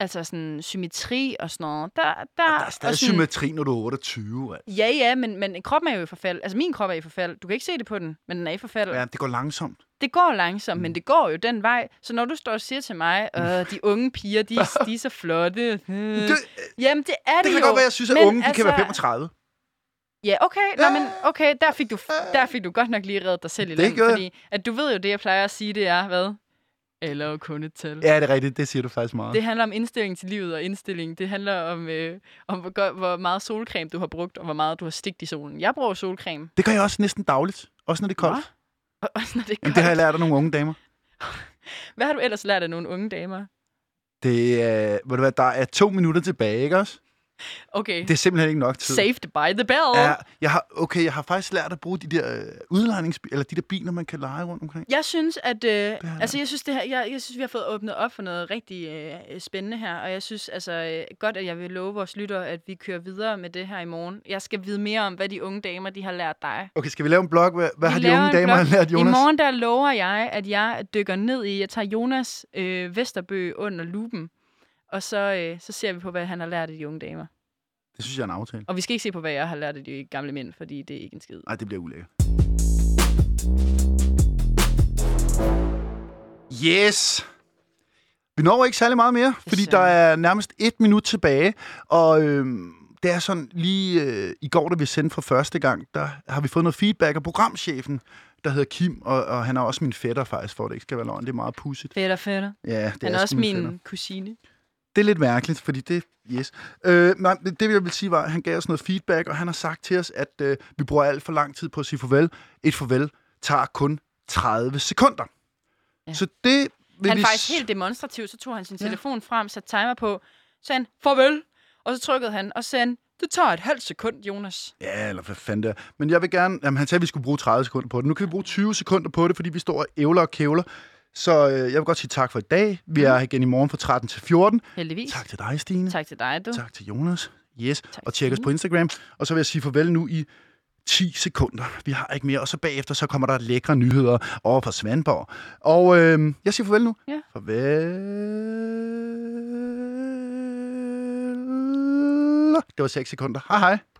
Speaker 2: altså sådan symmetri og sådan noget. Der, der,
Speaker 1: Der er stadig
Speaker 2: og sådan,
Speaker 1: symmetri, når du er 28. altså.
Speaker 2: Ja, ja, men, men kroppen er jo i forfald. Altså, min krop er i forfald. Du kan ikke se det på den, men den er i forfald.
Speaker 1: Ja, Mm. det går langsomt.
Speaker 2: Det går langsomt, men det går jo den vej. Så når du står og siger til mig, at de unge piger, de, er- de er så flotte.
Speaker 1: Det,
Speaker 2: Jamen, det Mm. er det,
Speaker 1: det kan
Speaker 2: jo.
Speaker 1: godt være, jeg synes, at
Speaker 2: Men altså-
Speaker 1: unge de kan være 35.
Speaker 2: Ja, okay, Nå, men okay der, fik du, der fik du godt nok lige reddet dig selv i
Speaker 1: Det
Speaker 2: land,
Speaker 1: gjorde jeg.
Speaker 2: fordi at du ved jo, det jeg plejer at sige, det er, hvad? Eller kun et tal.
Speaker 1: Ja, det er rigtigt. Det siger du faktisk meget.
Speaker 2: Det handler om indstilling til livet og indstilling. Det handler om, øh, om hvor, godt, hvor meget solcreme du har brugt, og hvor meget du har stigt i solen. Jeg bruger solcreme,
Speaker 1: Det gør jeg også næsten dagligt. Også når det er koldt.
Speaker 2: Nå, og også når det er
Speaker 1: Jamen, det har jeg
Speaker 2: koldt.
Speaker 1: lært af nogle unge damer.
Speaker 2: Hvad har du ellers lært af nogle unge damer?
Speaker 1: Det er, ved du hvad, der er to minutter tilbage, ikke også?
Speaker 2: Okay,
Speaker 1: Det er simpelthen ikke nok tid.
Speaker 2: saved by the bell.
Speaker 1: Ja, jeg har, okay, jeg har faktisk lært at bruge de der øh, udlejningsbiler, eller de der biler, man kan lege rundt omkring.
Speaker 2: Jeg synes, at øh,
Speaker 1: er-
Speaker 2: altså, jeg synes, det her, jeg, jeg synes, vi har fået åbnet op for noget rigtig øh, spændende her, og jeg synes altså øh, godt, at jeg vil love vores lyttere, at vi kører videre med det her i morgen. Jeg skal vide mere om, hvad de unge damer, de har lært dig.
Speaker 1: Okay, skal vi lave en blog? Hvad, hvad
Speaker 2: Vi
Speaker 1: har de
Speaker 2: laver
Speaker 1: unge
Speaker 2: en
Speaker 1: damer
Speaker 2: blog.
Speaker 1: lært, Jonas?
Speaker 2: I morgen, der lover jeg, at jeg dykker ned i, jeg tager Jonas øh, Vesterbø under lupen, og så, øh, så ser vi på, hvad han har lært af de unge damer.
Speaker 1: Det synes jeg er en aftale.
Speaker 2: Og vi skal ikke se på, hvad jeg har lært af de gamle mænd, fordi det er ikke en skid.
Speaker 1: Nej, det bliver ulækkert. Yes! Vi når ikke særlig meget mere, fordi
Speaker 2: ser
Speaker 1: der er nærmest et minut tilbage, og øhm, det er sådan lige øh, i går, da vi sendte for første gang, der har vi fået noget feedback af programchefen, der hedder Kim, og, og han er også min fætter faktisk, for at det ikke skal være løgn. Det er meget pudsigt.
Speaker 2: Fedt og fedt.
Speaker 1: Ja, det
Speaker 2: Han
Speaker 1: er
Speaker 2: er
Speaker 1: sgu
Speaker 2: også
Speaker 1: min
Speaker 2: min
Speaker 1: fætter.
Speaker 2: kusine.
Speaker 1: Det er lidt mærkeligt, fordi det... Yes. Øh, nej, men det jeg vil sige var, at han gav os noget feedback, og han har sagt til os, at øh, vi bruger alt for lang tid på at sige farvel. Et farvel tager kun 30 sekunder. Ja.
Speaker 2: Ja.
Speaker 1: Så det vil
Speaker 2: Han
Speaker 1: vi...
Speaker 2: er
Speaker 1: s-
Speaker 2: faktisk helt demonstrativ, så tog han sin
Speaker 1: Ja.
Speaker 2: telefon frem, satte timer på, sagde han, farvel, og så trykkede han, og sagde han, det tager et halvt sekund, Jonas.
Speaker 1: Ja, eller hvad fanden det er. Men jeg vil gerne... Jamen, han sagde, at vi skulle bruge 30 sekunder på det. Nu kan vi bruge 20 sekunder på det, fordi vi står og ævler og kævler. Så øh, jeg vil godt sige tak for i dag. Vi er her igen i morgen fra 13 til 14.
Speaker 2: Heldigvis.
Speaker 1: Tak til dig, Stine.
Speaker 2: Mm. tak til dig, du.
Speaker 1: Tak til Jonas. Yes.
Speaker 2: Tak
Speaker 1: og tjek os
Speaker 2: til
Speaker 1: på Instagram. Og så vil jeg sige farvel nu i 10 sekunder. Vi har ikke mere. Og så bagefter, så kommer der lækre nyheder over fra Svandborg. Og øh, jeg siger farvel nu.
Speaker 2: Ja.
Speaker 1: Farvel. Det var 6 sekunder. Hej hej.